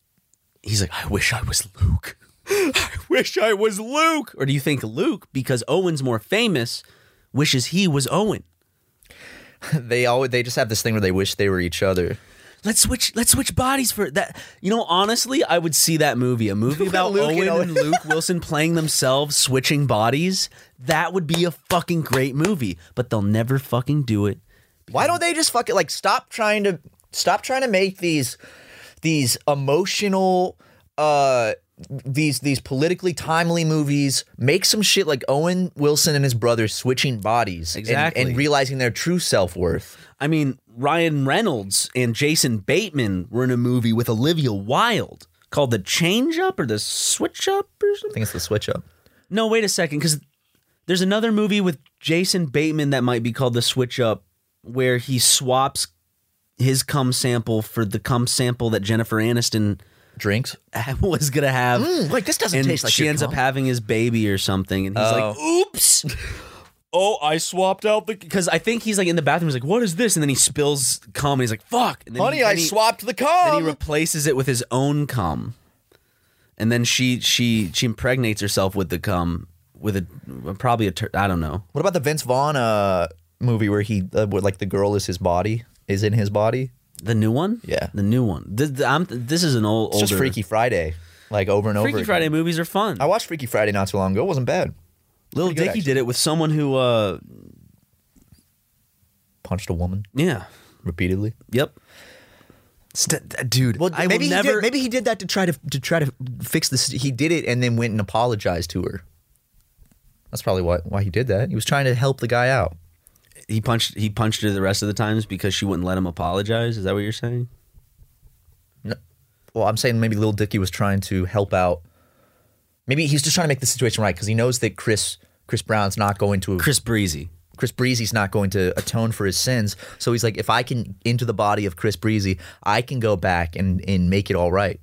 S2: he's like I wish I was Luke I wish I was Luke or do you think Luke because Owen's more famous wishes he was Owen
S1: They always they just have this thing where they wish they were each other.
S2: Let's switch. Let's switch bodies for that. You know, honestly, I would see that movie. A movie about
S1: Luke and
S2: Owen
S1: Owen.
S2: and Luke Wilson playing themselves, switching bodies. That would be a fucking great movie. But they'll never fucking do it.
S1: Why don't they just fuck it? Like, stop trying to stop trying to make these these emotional, uh, these these politically timely movies. Make some shit like Owen Wilson and his brother switching bodies, and- and,
S2: Exactly.
S1: realizing their true self worth.
S2: I mean, Ryan Reynolds and Jason Bateman were in a movie with Olivia Wilde called The Change Up or The Switch Up or something.
S1: I think it's the switch up.
S2: No, wait a second, because there's another movie with Jason Bateman that might be called The Switch Up, where he swaps his cum sample for the cum sample that Jennifer Aniston
S1: Drinks.
S2: was gonna have.
S1: Hmm, Like this Mm, doesn't
S2: and
S1: taste like
S2: she ends up having his baby or something, and he's like, "Oops." Oh, I swapped out the because I think he's like in the bathroom. He's like, "What is this?" And then he spills cum. And he's like, "Fuck!" And then
S1: Honey,
S2: he,
S1: I
S2: then he-
S1: swapped the
S2: then he
S1: cum.
S2: replaces it with his own cum, and then she she she impregnates herself with the cum with a probably a tur- I don't know.
S1: what about the Vince Vaughn uh, movie where he uh, where, like the girl is his body is in his body?
S2: The new one,
S1: Yeah.
S2: the new one. This, the- I'm, this is an old
S1: It's
S2: older
S1: just Freaky Friday, like over and over.
S2: Freaky
S1: again.
S2: Friday movies are fun.
S1: I watched Freaky Friday not too long ago. It wasn't bad.
S2: Little
S1: pretty good,
S2: Dicky
S1: actually.
S2: did it with someone who, uh,
S1: Punched a woman
S2: yeah,
S1: repeatedly.
S2: yep. St- dude,
S1: Well,
S2: I
S1: maybe
S2: will
S1: he
S2: never.
S1: did, maybe he did that to try to to try to fix this. He did it and then went and apologized to her. That's probably why why he did that. He was trying to help the guy out.
S2: he punched he punched her the rest of the times because she wouldn't let him apologize. Is that what you're saying?
S1: Well, I'm saying maybe Little Dicky was trying to help out. Maybe he's just trying to make the situation right because he knows that Chris Chris Brown's not going to
S2: Chris Breezy.
S1: Chris Breezy's not going to atone for his sins. So he's like, if I can into the body of Chris Breezy, I can go back and and make it all right.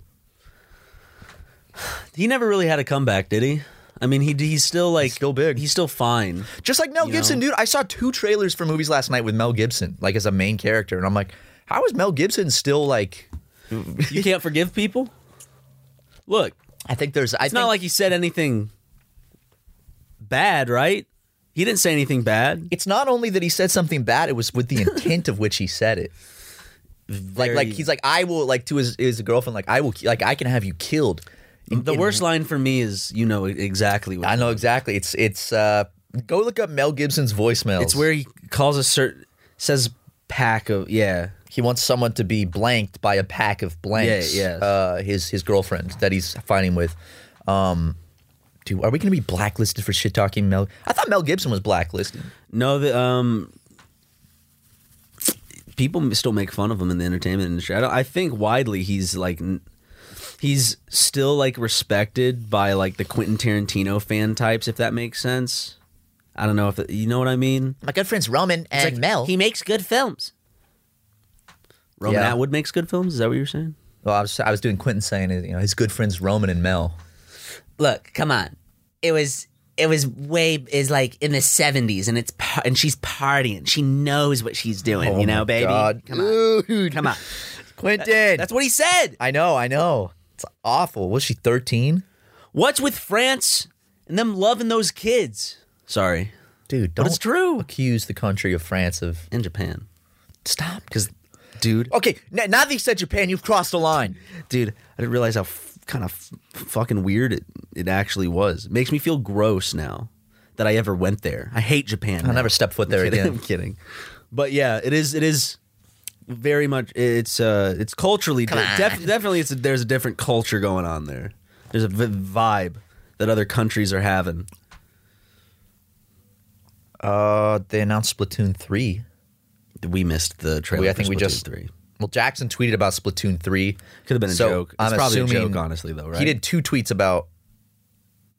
S2: He never really had a comeback, did he? I mean, he he's still like
S1: still big.
S2: He's still fine.
S1: Just like Mel
S2: You
S1: Gibson, dude. I saw two trailers for movies last night with Mel Gibson, like as a main character, and I'm like, how is Mel Gibson still like?
S2: You can't forgive people. Look,
S1: I think there's. I
S2: it's not like he said anything bad, right? He didn't say anything bad.
S1: it's not only that he said something bad; it was with the intent of which he said it. Like, like
S2: Very-
S1: he's like, I will like to his his girlfriend, like I will, like I can have you killed.
S2: the worst line for me is, you know exactly what
S1: I know exactly. It's it's. uh Go look up Mel Gibson's voicemails.
S2: It's where he calls a certain says pack of yeah.
S1: he wants someone to be blanked by a pack of blanks.
S2: Yeah, yeah.
S1: Uh, his his girlfriend that he's fighting with. Um, dude, are we gonna be blacklisted for shit talking Mel? I thought Mel Gibson was blacklisted.
S2: No, the um, people still make fun of him in the entertainment industry. I, don't, I think widely he's like n- he's still like respected by like the Quentin Tarantino fan types, if that makes sense. I don't know if you know what I mean.
S1: My good friends Roman and Mel.
S2: makes good films. Roman
S1: Yeah.
S2: Atwood makes good films. Is that what you're saying?
S1: well, I was I was doing Quentin saying you know his good friends Roman and Mel.
S7: look, come on. It was it was way is like in the seventies, and it's par- and she's partying. She knows what she's doing.
S2: Oh
S7: you know, baby.
S1: Oh God.
S7: Come on, come on.
S1: Quentin.
S7: That's what he said.
S1: I know. I know. It's awful. Was she thirteen?
S2: What's with France and them loving those kids? Sorry,
S1: Dude, don't
S2: but it's true.
S1: accuse the country of France of
S2: In Japan,
S1: stop.
S2: because dude,
S1: Okay, n- now that you said Japan, you've crossed the line.
S2: dude, I didn't realize how f- kind of f- fucking weird it, it actually was. makes me feel gross now that I ever went there. I hate Japan.
S1: I'll never step foot there
S2: I'm kidding,
S1: again.
S2: I'm kidding. But yeah, it is. It is very much. It's uh, it's culturally di- def- definitely. It's a, there's a different culture going on there. There's a v- vibe that other countries are having.
S1: Uh, they announced Splatoon three.
S2: We missed the trailer.
S1: We- I
S2: for
S1: think we
S2: Splatoon
S1: just-
S2: three.
S1: Well, Jackson tweeted about Splatoon three.
S2: Could have been a
S1: So,
S2: joke. It's
S1: I'm
S2: probably a
S1: assuming
S2: joke, honestly, though, right?
S1: He did two tweets about.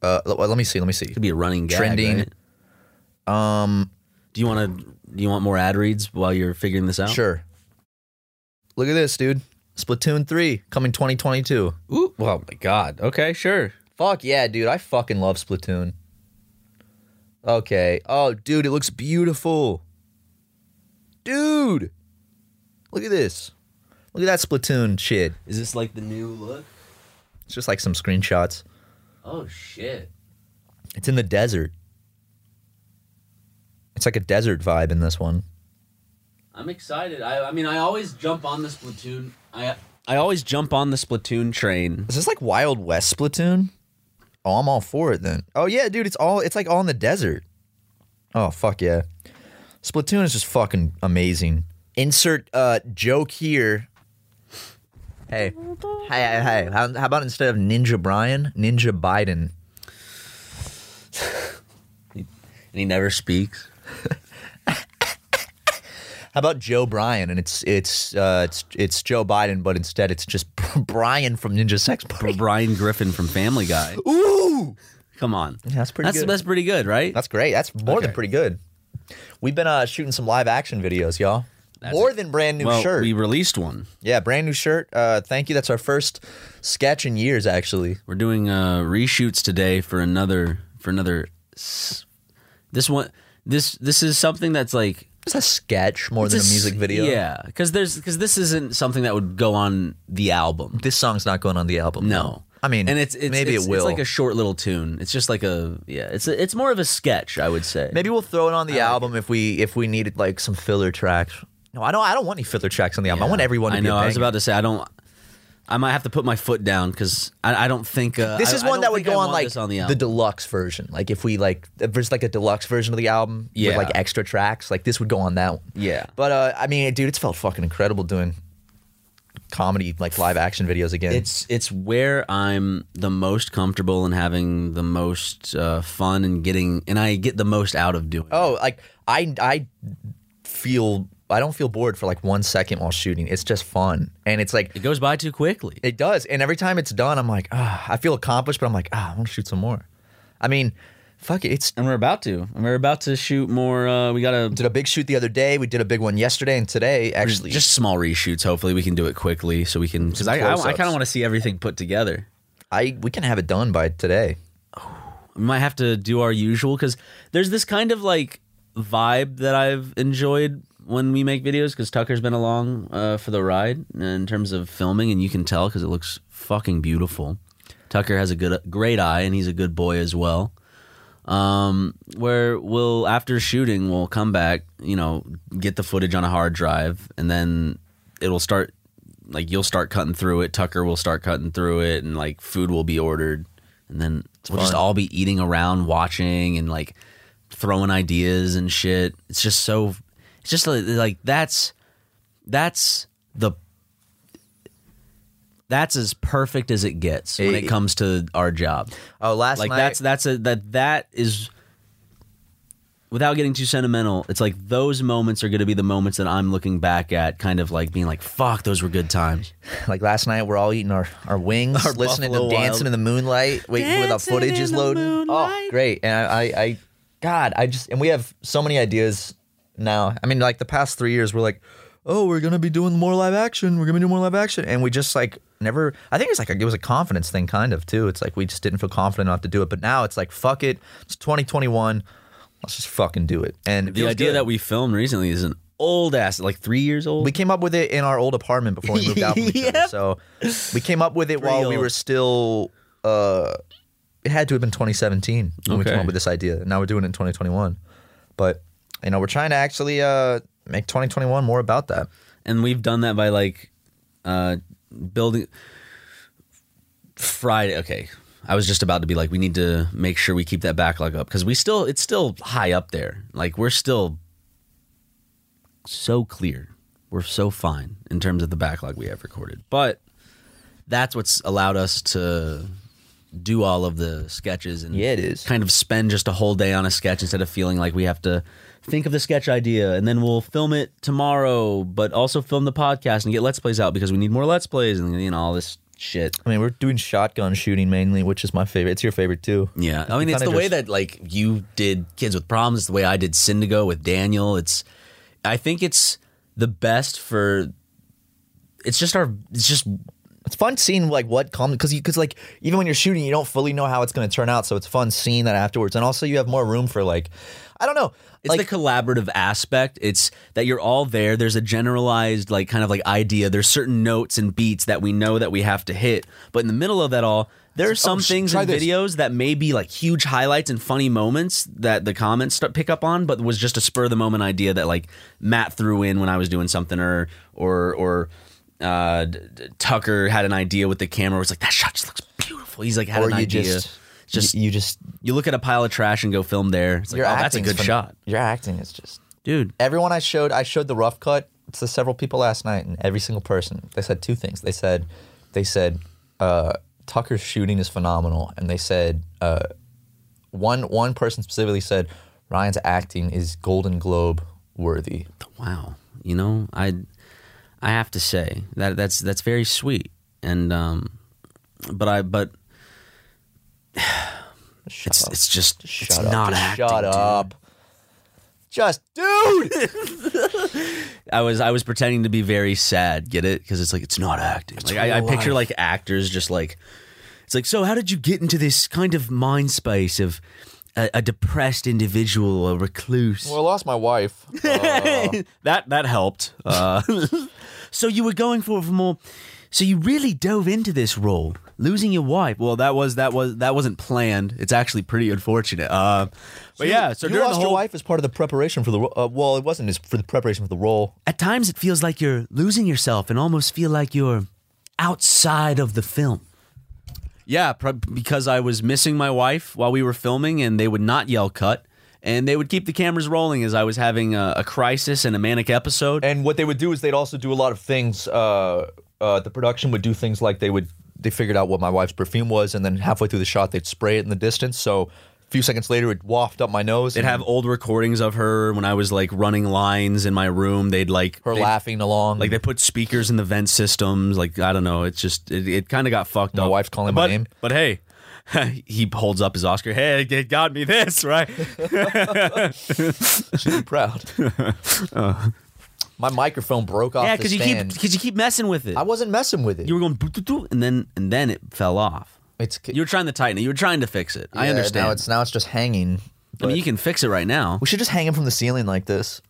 S1: Uh, l- well, let me see. Let me see. Um,
S2: Could be a running gag,
S1: Trending.
S2: right? Do you want to? Do you want more ad reads while you're figuring this out?
S1: Sure. Look at this, dude. Splatoon three coming 2022.
S2: Ooh. Well, my God. Okay. Sure.
S1: Fuck yeah, dude! I fucking love Splatoon. Okay. Oh, dude, it looks beautiful. Dude, look at this. Look at that Splatoon shit.
S2: Is this like the new look?
S1: It's just like some screenshots.
S2: Oh shit.
S1: It's in the desert. It's like a desert vibe in this one.
S2: I'm excited. I, I mean, I always jump on the Splatoon. I I always jump on the Splatoon train.
S1: Is this like Wild West Splatoon? Oh, I'm all for it then. Oh yeah, dude, it's all it's like all in the desert. Oh fuck yeah. Splatoon is just fucking amazing. Insert uh joke here. Hey. Hey, hey, hey. How, how about instead of Ninja Brian, Ninja Biden?
S2: And he never speaks.
S1: How about Joe Bryan and it's it's uh it's it's Joe Biden, but instead it's just Brian from Ninja Sex
S2: Or
S1: Party.
S2: Brian Griffin from Family Guy. Ooh. Come on.
S1: That's pretty
S2: That's
S1: good.
S2: that's pretty good, right?
S1: That's great. That's more than pretty good. We've been uh, shooting some live action videos, y'all. more than brand new
S2: well,
S1: shirt.
S2: we released one.
S1: Yeah, brand new shirt. Uh, thank you. That's our first sketch in years, actually.
S2: We're doing uh, reshoots today for another for another. s- This one, this this is something that's like
S1: It's a sketch more than a
S2: This-
S1: music video.
S2: Yeah, because there's because this isn't something that would go on the album.
S1: This song's not going on the album.
S2: No,
S1: I mean,
S2: and it's, it's
S1: maybe
S2: it's-
S1: it will.
S2: It's like a short little tune. It's just like a yeah. It's a, it's more of a sketch, I would say.
S1: maybe we'll throw it on the album if we if we needed like some filler tracks. No, I don't. I don't want any filler tracks on the album. I want everyone. To
S2: I
S1: be a
S2: know. I was
S1: banger.
S2: about to say I don't. I might have to put my foot down because I, I don't think uh,
S1: This
S2: I-
S1: is
S2: I
S1: one
S2: don't
S1: that would
S2: think I
S1: go on
S2: want
S1: like
S2: this on the
S1: the,
S2: album.
S1: deluxe version. Like if we like if there's like a deluxe version of the album
S2: Yeah.
S1: with like extra tracks, like this would go on that one.
S2: Yeah.
S1: But uh I mean, dude, it's felt fucking incredible doing comedy like live action videos again.
S2: It's it's where I'm the most comfortable and having the most uh, fun and getting and I get the most out of doing. it.
S1: oh, like I I feel I don't feel bored for like 1 second while shooting. It's just fun. And it's like
S2: It goes by too quickly.
S1: It does. And every time it's done, I'm like, ah, I feel accomplished, but I'm like, ah, I want to shoot some more. I mean, fuck it. It's
S2: and we're about to. And we're about to shoot more. Uh, we got to
S1: did a big shoot the other day. We did a big one yesterday and today actually.
S2: just small reshoots. Hopefully, we can do it quickly so we can. Because I, I,
S1: close-ups.
S2: kind of want to see everything put together.
S1: I we can have it done by today.
S2: We might have to do our usual because there's this kind of like vibe that I've enjoyed when we make videos because Tucker's been along uh, for the ride in terms of filming, and you can tell because it looks fucking beautiful. Tucker has a good, great eye, and he's a good boy as well. Um, where we'll after shooting, we'll come back, you know, get the footage on a hard drive, and then it'll start like you'll start cutting through it. Tucker will start cutting through it, and like food will be ordered, and then we'll just all be eating around, watching, and like throwing ideas and shit. It's just so. It's just like, like that's that's the that's as perfect as it gets when it comes to our job.
S1: Oh, last
S2: like
S1: night.
S2: that's that's a that that is without getting too sentimental it's like those moments are going to be the moments that i'm looking back at kind of like being like fuck those were good times
S1: like last night we're all eating our, our wings
S2: Our
S1: listening to
S2: Buffalo
S1: dancing
S2: Wild.
S1: in the moonlight waiting for the
S2: Dancing
S1: footage
S2: in
S1: is
S2: the
S1: loading oh
S2: moonlight.
S1: great and I, I i god i just and we have so many ideas now i mean like the past three years we're like oh we're gonna be doing more live action we're gonna do more live action and we just like never i think it's like a, it was a confidence thing kind of too it's like we just didn't feel confident enough to do it but now it's like fuck it it's 2021 let's just fucking do it and it
S2: the
S1: feels
S2: idea
S1: good.
S2: that we filmed recently is an old ass like three years old
S1: We came up with it in our old apartment before we moved out from each other. So we came up with it while we
S2: old.
S1: were still. Uh, it had to have been 2017 when we came
S2: Okay.
S1: up with this idea. And now we're doing it in 2021. But you know, we're trying to actually uh, make 2021 more about that.
S2: and we've done that by like uh building friday okay i was just about to be like we need to make sure we keep that backlog up because we still it's still high up there like we're still so clear we're so fine in terms of the backlog we have recorded but that's what's allowed us to do all of the sketches and
S1: Yeah, it is.
S2: kind of spend just a whole day on a sketch instead of feeling like we have to think of the sketch idea and then we'll film it tomorrow, but also film the podcast and get let's plays out because we need more let's plays and you know all this shit.
S1: I mean, we're doing shotgun shooting mainly, which is my favorite. It's your favorite too.
S2: Yeah, I mean it's the
S1: kinda
S2: way
S1: just-
S2: that like you did Kids with Problems, the way I did Syndigo with Daniel. It's, I think it's the best for. It's just our. It's just
S1: It's fun seeing like what comes because because like even when you're shooting, you don't fully know how it's going to turn out. So it's fun seeing that afterwards, and also you have more room for like, I don't know,
S2: It's
S1: like
S2: the collaborative aspect. It's that you're all there. There's a generalized, like, kind of like idea. There's certain notes and beats that we know that we have to hit. But in the middle of that all, there are some
S1: Oh, sh-
S2: things
S1: try
S2: in
S1: this.
S2: videos that may be like huge highlights and funny moments that the comments start pick up on, but was just a spur of the moment idea that like Matt threw in when I was doing something, or or or uh, d- d- Tucker had an idea with the camera. Was like that shot just looks beautiful. He's like had
S1: or
S2: an
S1: you
S2: idea.
S1: just
S2: just
S1: you just
S2: you look at a pile of trash and go film there. It's like,
S1: Your
S2: oh, that's a
S1: acting's
S2: good
S1: phen-
S2: shot,
S1: Your acting is just
S2: dude.
S1: everyone I showed. I showed the rough cut to several people last night, and every single person they said two things. They said, they said, uh, Tucker's shooting is phenomenal, and they said, uh, one one person specifically said, Ryan's acting is Golden Globe worthy.
S2: wow you know i i have to say that that's that's very sweet and um but i but
S1: Shut
S2: it's
S1: up.
S2: it's just
S1: Shut
S2: it's
S1: up.
S2: not
S1: Just
S2: acting
S1: Shut
S2: dude.
S1: up. Just dude.
S2: i was i was pretending to be very sad get it because it's like it's not acting like I, I picture like actors just like it's like so how did you get into this kind of mind space of a, a depressed individual a recluse
S1: I lost my wife.
S2: that that helped. Uh, so you were going for for more. So you really dove into this role, losing your wife. Well, that was that was that wasn't planned. It's actually pretty unfortunate. Uh, but yeah, so
S1: you
S2: during
S1: lost
S2: the whole,
S1: your wife as part of the preparation for the ro- uh, well, it wasn't as for the preparation for the role.
S2: at times it feels like you're losing yourself and almost feel like you're outside of the film. Yeah, pr- because I was missing my wife while we were filming, and they would not yell cut, and they would keep the cameras rolling as I was having a, a crisis and a manic episode.
S1: and what they would do is they'd also do a lot of things. Uh, uh, the production would do things like they would they figured out what my wife's perfume was, and then halfway through the shot they'd spray it in the distance. So a few seconds later, it wafted up my nose.
S2: They'd
S1: and
S2: have old recordings of her when I was like running lines in my room. They'd like
S1: her
S2: they'd-
S1: laughing along.
S2: Like they put speakers in the vent systems. Like I don't know. It's just it, it kind of got fucked
S1: My
S2: up.
S1: wife's calling my
S2: but,
S1: name.
S2: But hey, he holds up his Oscar. Hey, it got me this right.
S1: should be proud. my microphone broke off
S2: Uh. yeah,
S1: the
S2: because you keep
S1: stand.
S2: because you keep messing with it.
S1: I wasn't messing with it.
S2: you were going "Boo, doo, doo," and then and then it fell off.
S1: It's
S2: You were trying to tighten it. You were trying to fix it. I
S1: yeah,
S2: understand.
S1: Now it's now it's just hanging.
S2: I mean, you can fix it right now.
S1: We should just hang him from the ceiling like this.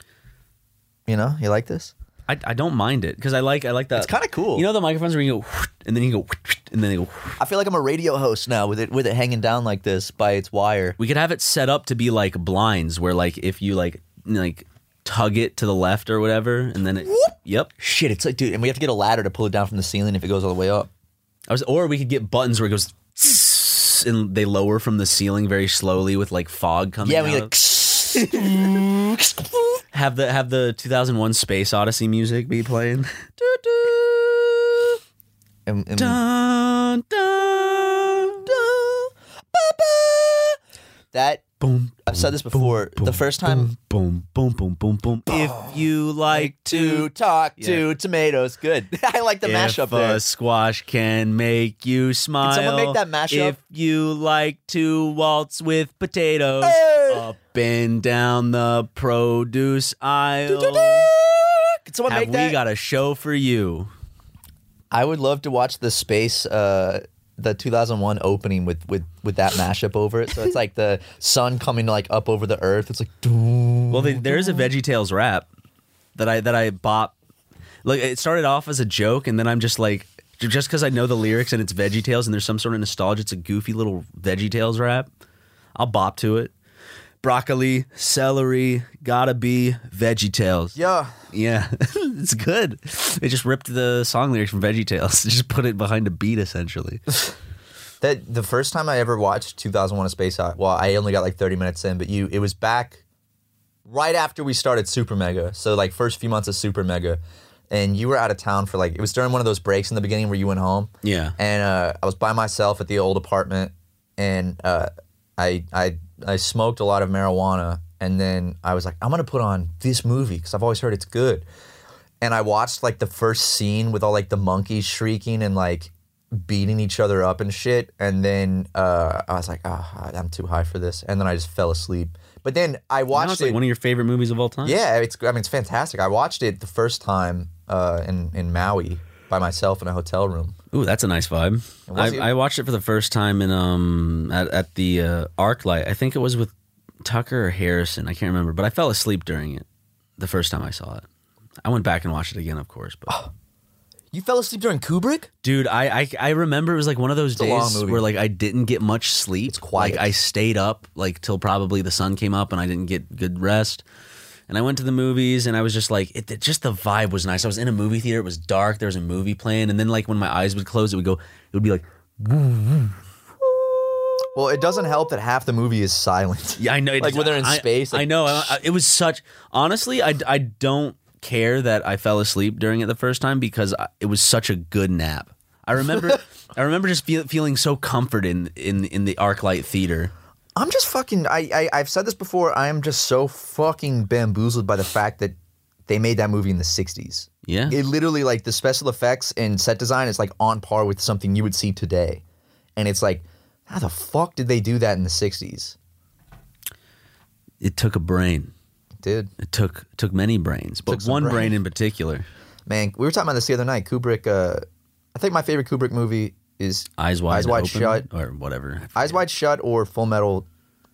S1: You know, you like this?
S2: I, I don't mind it because I like I like that.
S1: It's kinda cool.
S2: You know the microphones where you go and then you go and then you go.
S1: I feel like I'm a radio host now with it with it hanging down like this by its wire.
S2: We could have it set up to be like blinds where like if you like like tug it to the left or whatever and then it yep.
S1: Shit, it's like dude, and we have to get a ladder to pull it down from the ceiling if it goes all the way up.
S2: I was, or we could get buttons where it goes tss, and they lower from the ceiling very slowly with like fog coming.
S1: Yeah, we
S2: out.
S1: get like
S2: have the have the 2001 Space Odyssey music be playing.
S1: and, and
S2: dun, dun, dun.
S1: that
S2: Boom.
S1: I've said this before. the first time
S2: Boom, boom, boom, boom, boom. If you like
S1: to
S2: to
S1: talk to tomatoes, good. I like the
S2: if
S1: mashup
S2: a
S1: there.
S2: squash can make you smile.
S1: make that mashup?
S2: If you like to waltz with potatoes
S1: Hey!
S2: up and down the produce aisle.
S1: Could someone
S2: Have
S1: make
S2: we
S1: that?
S2: got a show for you?
S1: I would love to watch the space, uh, the 2001 opening with with with that mashup over it. So it's like the sun coming like up over the earth. It's like doom.
S2: Well, they, there is a Veggie Tales rap that I that I bop. Like it started off as a joke, and then I'm just like, j- just because I know the lyrics and it's Veggie Tales, and there's some sort of nostalgia. It's a goofy little Veggie Tales rap. I'll bop to it. Broccoli, celery, gotta be Veggie Tales.
S1: yeah.
S2: yeah, it's good. They just ripped the song lyrics from Veggie Tales. Just put it behind a beat, essentially.
S1: That the first time I ever watched 2001: A Space Odyssey. Well, I only got like 30 minutes in, but you, it was back right after we started Super Mega. So like first few months of Super Mega, and you were out of town for like it was during one of those breaks in the beginning where you went home.
S2: Yeah.
S1: And uh, I was by myself at the old apartment, and uh, I I I smoked a lot of marijuana, and then I was like, I'm gonna put on this movie because I've always heard it's good. And I watched like the first scene with all like the monkeys shrieking and like beating each other up and shit. And then uh, I was like, ah, I'm too high for this. And then I just fell asleep. But then I watched
S2: Now it's
S1: it.
S2: like one of your favorite movies of all time.
S1: Yeah, it's I mean it's fantastic. I watched it the first time uh, in in Maui by myself in a hotel room.
S2: Ooh, that's a nice vibe.
S1: was even-
S2: I, I watched it for the first time in um at, at the uh, Arc Light. I think it was with Tucker or Harrison. I can't remember, but I fell asleep during it the first time I saw it. I went back and watched it again, of course.
S1: Ah.
S2: But
S1: You fell asleep during Kubrick?
S2: dude, I, I I remember it was like one of those
S1: a long
S2: days
S1: movie.
S2: where like I didn't get much sleep. It's
S1: quiet.
S2: Like I stayed up like till probably the sun came up, and I didn't get good rest. And I went to the movies, and I was just like, it, it- just the vibe was nice. I was in a movie theater; it was dark. There was a movie playing, and then like when my eyes would close, it would go, it would be like.
S1: Well, it doesn't help that half the movie is silent.
S2: Yeah, I know.
S1: Like, when they're in
S2: I-
S1: space, like,
S2: I know. I, I- it was such. Honestly, I, I don't care that I fell asleep during it the first time because I, it was such a good nap. I remember. I remember just feel, feeling so comforted in in in the ArcLight theater.
S1: I'm just fucking. I, I I've said this before. I am just so fucking bamboozled by the fact that they made that movie in the '60s.
S2: Yeah.
S1: It literally like the special effects and set design is like on par with something you would see today, and it's like, how the fuck did they do that in the '60s,
S2: It took a brain.
S1: dude?
S2: It took took many brains, but
S1: Took some
S2: one brain.
S1: brain.
S2: in particular.
S1: Man, we were talking about this the other night. Kubrick. Uh, I think my favorite Kubrick movie is
S2: Eyes wide,
S1: Eyes Wide
S2: Open,
S1: Shut,
S2: or whatever.
S1: Eyes Wide Shut, or Full Metal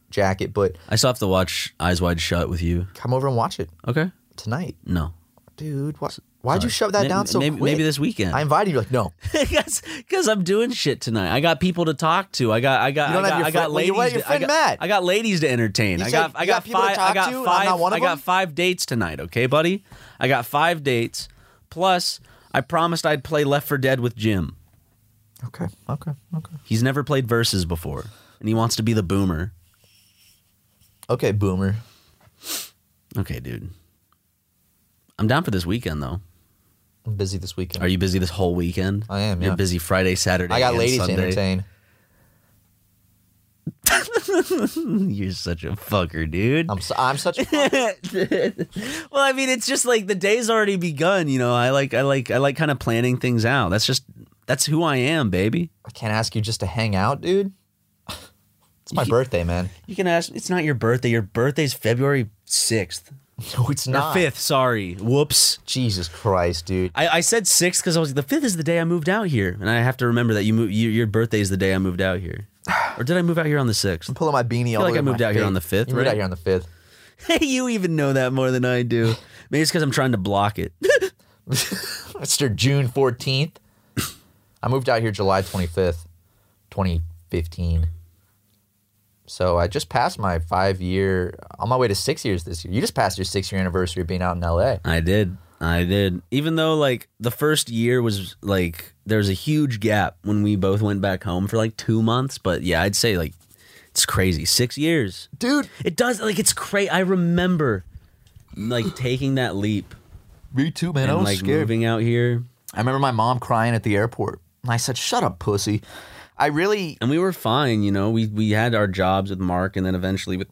S1: Jacket. But
S2: I still have to watch Eyes Wide Shut with you.
S1: come over and watch it
S2: Okay.
S1: tonight,
S2: No.
S1: dude. Why, why'd you shove that
S2: May-
S1: down so
S2: maybe,
S1: quick?
S2: maybe this weekend.
S1: I invited you. Like, no,
S2: because because I'm doing shit tonight. I got people to talk to. I got I got
S1: You don't
S2: I got,
S1: have your
S2: I got
S1: friend- well, you
S2: ladies.
S1: let your
S2: to,
S1: friend
S2: I got,
S1: Matt.
S2: I got ladies to entertain. I
S1: said
S2: got
S1: you
S2: I
S1: got
S2: got,
S1: people to
S2: five.
S1: talk
S2: I got
S1: to, and I'm
S2: five.
S1: not one of
S2: I got
S1: them?
S2: five dates tonight. Okay, buddy. I got five dates. Plus, I promised I'd play Left for Dead with Jim.
S1: okay, okay, okay,
S2: He's never played verses before, and he wants to be the boomer.
S1: okay, boomer.
S2: Okay, dude. I'm down for this weekend though.
S1: I'm busy this weekend.
S2: Are you busy this whole weekend?
S1: I am,
S2: You're
S1: yeah.
S2: busy Friday, Saturday.
S1: I got
S2: and
S1: ladies to
S2: Sunday.
S1: entertain.
S2: You're such a fucker, dude.
S1: I'm so, I'm such. a-
S2: well, I mean, it's just like the day's already begun. You know, I like, I like, I like kind of planning things out. That's just, that's who I am, baby.
S1: I can't ask you just to hang out, dude. It's my birthday, man.
S2: You can ask. It's not your birthday. Your birthday's February sixth.
S1: No, it's
S2: Or fifth, sorry. Whoops.
S1: Jesus Christ, dude.
S2: I, I said sixth because I was like, the fifth is the day I moved out here, and I have to remember that you, mo- you your birthday is the day I moved out here, or did I move out here on the sixth?
S1: I'm pulling my beanie
S2: feel
S1: all the
S2: like
S1: way
S2: I
S1: to
S2: moved
S1: my
S2: out here
S1: face.
S2: on the fifth,
S1: You moved
S2: right?
S1: out here on the fifth.
S2: you even know that more than I do. Maybe it's because I'm trying to block it.
S1: Mr. June 14th. I moved out here July 25th, 2015. So I just passed my five year, on my way to six years this year. You just passed your six year anniversary of being out in LA.
S2: I did. I did. Even though like the first year was like there was a huge gap when we both went back home for like two months, but yeah, I'd say like it's crazy. Six years.
S1: Dude,
S2: It does like it's crazy. I remember like taking that leap
S1: me too, man.
S2: and like moving out here.
S1: I remember my mom crying at the airport. And I said, shut up, pussy. I really,
S2: And we were fine, you know. We we had our jobs with Mark and then eventually with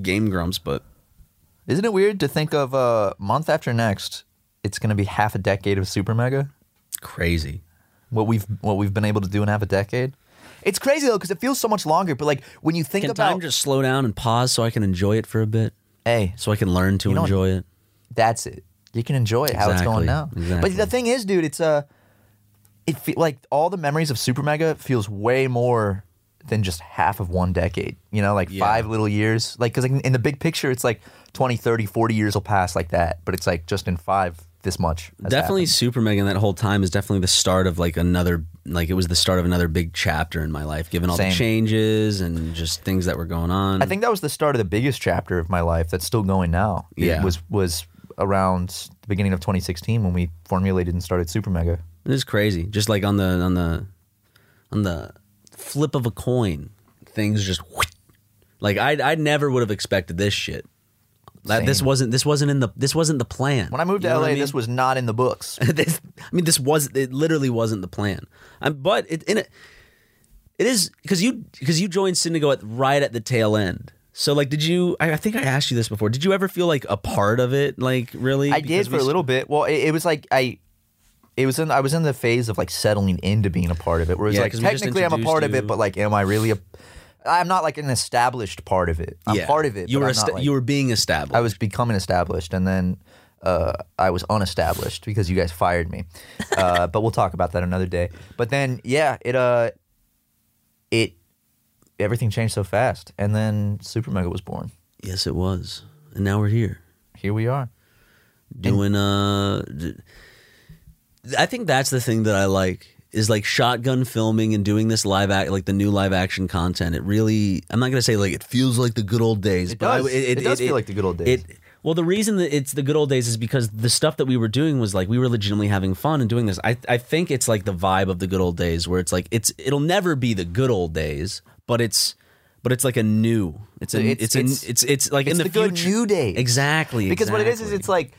S2: Game Grumps, but
S1: isn't it weird to think of uh, month after next, it's going to be half a decade of Super Mega?
S2: crazy.
S1: what we've what we've been able to do in half a decade. It's crazy though because it feels so much longer. But like when you think
S2: Can
S1: about
S2: time just slow down and pause so I can enjoy it for a bit?
S1: hey,
S2: So I can learn to
S1: know what-
S2: enjoy it.
S1: that's it. You can enjoy it how it's
S2: Exactly,
S1: going now. But
S2: exactly.
S1: the thing is, dude, it's uh, it fe- like all the memories of Super Mega feels way more than just half of one decade. You know, like five little years. Like because in the big picture, it's like 20, 30, 40 years will pass like that. But it's like just in five this much. has
S2: definitely
S1: happened.
S2: super megan that whole time is definitely the start of like another like it was the start of another big chapter in my life given all
S1: Same.
S2: the changes and just things that were going on
S1: I think that was the start of the biggest chapter of my life that's still going now.
S2: Yeah.
S1: It was was around the beginning of 2016 when we formulated and started Super Mega.
S2: it was crazy just like on the on the on the flip of a coin things just like i i never would have expected this shit That- this
S1: Same.
S2: wasn't this wasn't in the this wasn't the plan
S1: When I moved to
S2: You know
S1: LA,
S2: what I mean?
S1: this was not in the books.
S2: this, I mean, this was it. Literally, wasn't the plan. Um, but it in it, it is because you because you joined Syndigo at right at the tail end. So like, did you? I, I think I asked you this before. Did you ever feel like a part of it? Like really?
S1: I
S2: Because
S1: did
S2: we
S1: for a little bit. Well, it, it was like I it was in I was in the phase of like settling into being a part of it. Where it's
S2: Yeah,
S1: like
S2: 'cause we just
S1: technically I'm a
S2: introduced
S1: part of
S2: you.
S1: it, but like am I really a I'm not like an established part of it. I'm
S2: Yeah.
S1: part of it.
S2: You
S1: but
S2: were
S1: I'm not,
S2: esta-
S1: like-
S2: you were being established.
S1: I was becoming established, and then uh, I was unestablished because you guys fired me. Uh, but we'll talk about that another day. But then, yeah, it uh, it everything changed so fast, and then Super Mega was born.
S2: yes, it was. And now we're here.
S1: Here we are.
S2: doing uh d- I think that's the thing that I like is like shotgun filming and doing this live act like the new live action content. It really I'm not going to say like it feels like the good old days,
S1: It
S2: but I-
S1: does. It does feel like the good old days.
S2: It well, the reason that it's the good old days is because the stuff that we were doing was like we were legitimately having fun and doing this. I I think it's like the vibe of the good old days where it's like it's it'll never be the good old days, but it's but it's like a new. It's a
S1: It's-
S2: it's a-
S1: it's-
S2: it's, it's like
S1: it's
S2: in the,
S1: the good
S2: future
S1: new days.
S2: Exactly.
S1: because what it is is
S2: exactly.
S1: it's like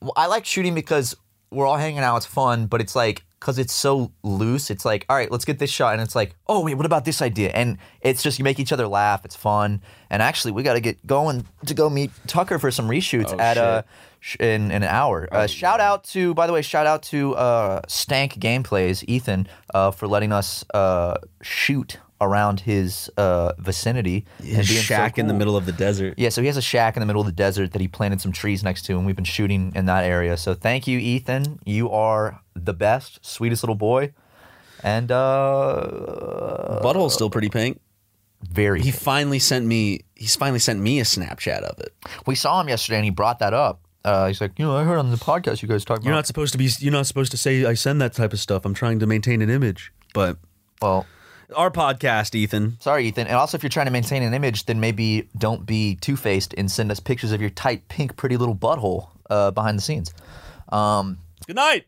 S1: well, I like shooting because we're all hanging out. It's fun, but it's like because it's so loose. It's like all right, let's get this shot, and it's like oh wait, what about this idea? And it's just you make each other laugh. It's fun, and actually we got to get going to go meet Tucker for some
S2: Oh,
S1: reshoots at uh sh- in, in an hour. uh, shout out to by the way, shout out to uh, Stank Gameplays Ethan uh, for letting us uh, shoot around his uh, vicinity and
S2: His
S1: being so
S2: shack in the
S1: cool.
S2: middle of the desert.
S1: Yeah, so he has a shack in the middle of the desert that he planted some trees next to, and we've been shooting in that area. So thank you, Ethan. You are the best, sweetest little boy, and uh,
S2: Butthole's still pretty pink.
S1: very.
S2: He finally sent me. He's finally sent me a Snapchat of it.
S1: we saw him yesterday, and he brought that up. Uh, he's like, you know, I heard on the podcast you guys talking about.
S2: supposed to be. You're not supposed to say I send that type of stuff. I'm trying to maintain an image, but
S1: well,
S2: our podcast, Ethan.
S1: sorry, Ethan. And also, if you're trying to maintain an image, then maybe don't be two faced and send us pictures of your tight, pink, pretty little butthole uh, behind the scenes.
S2: Good night.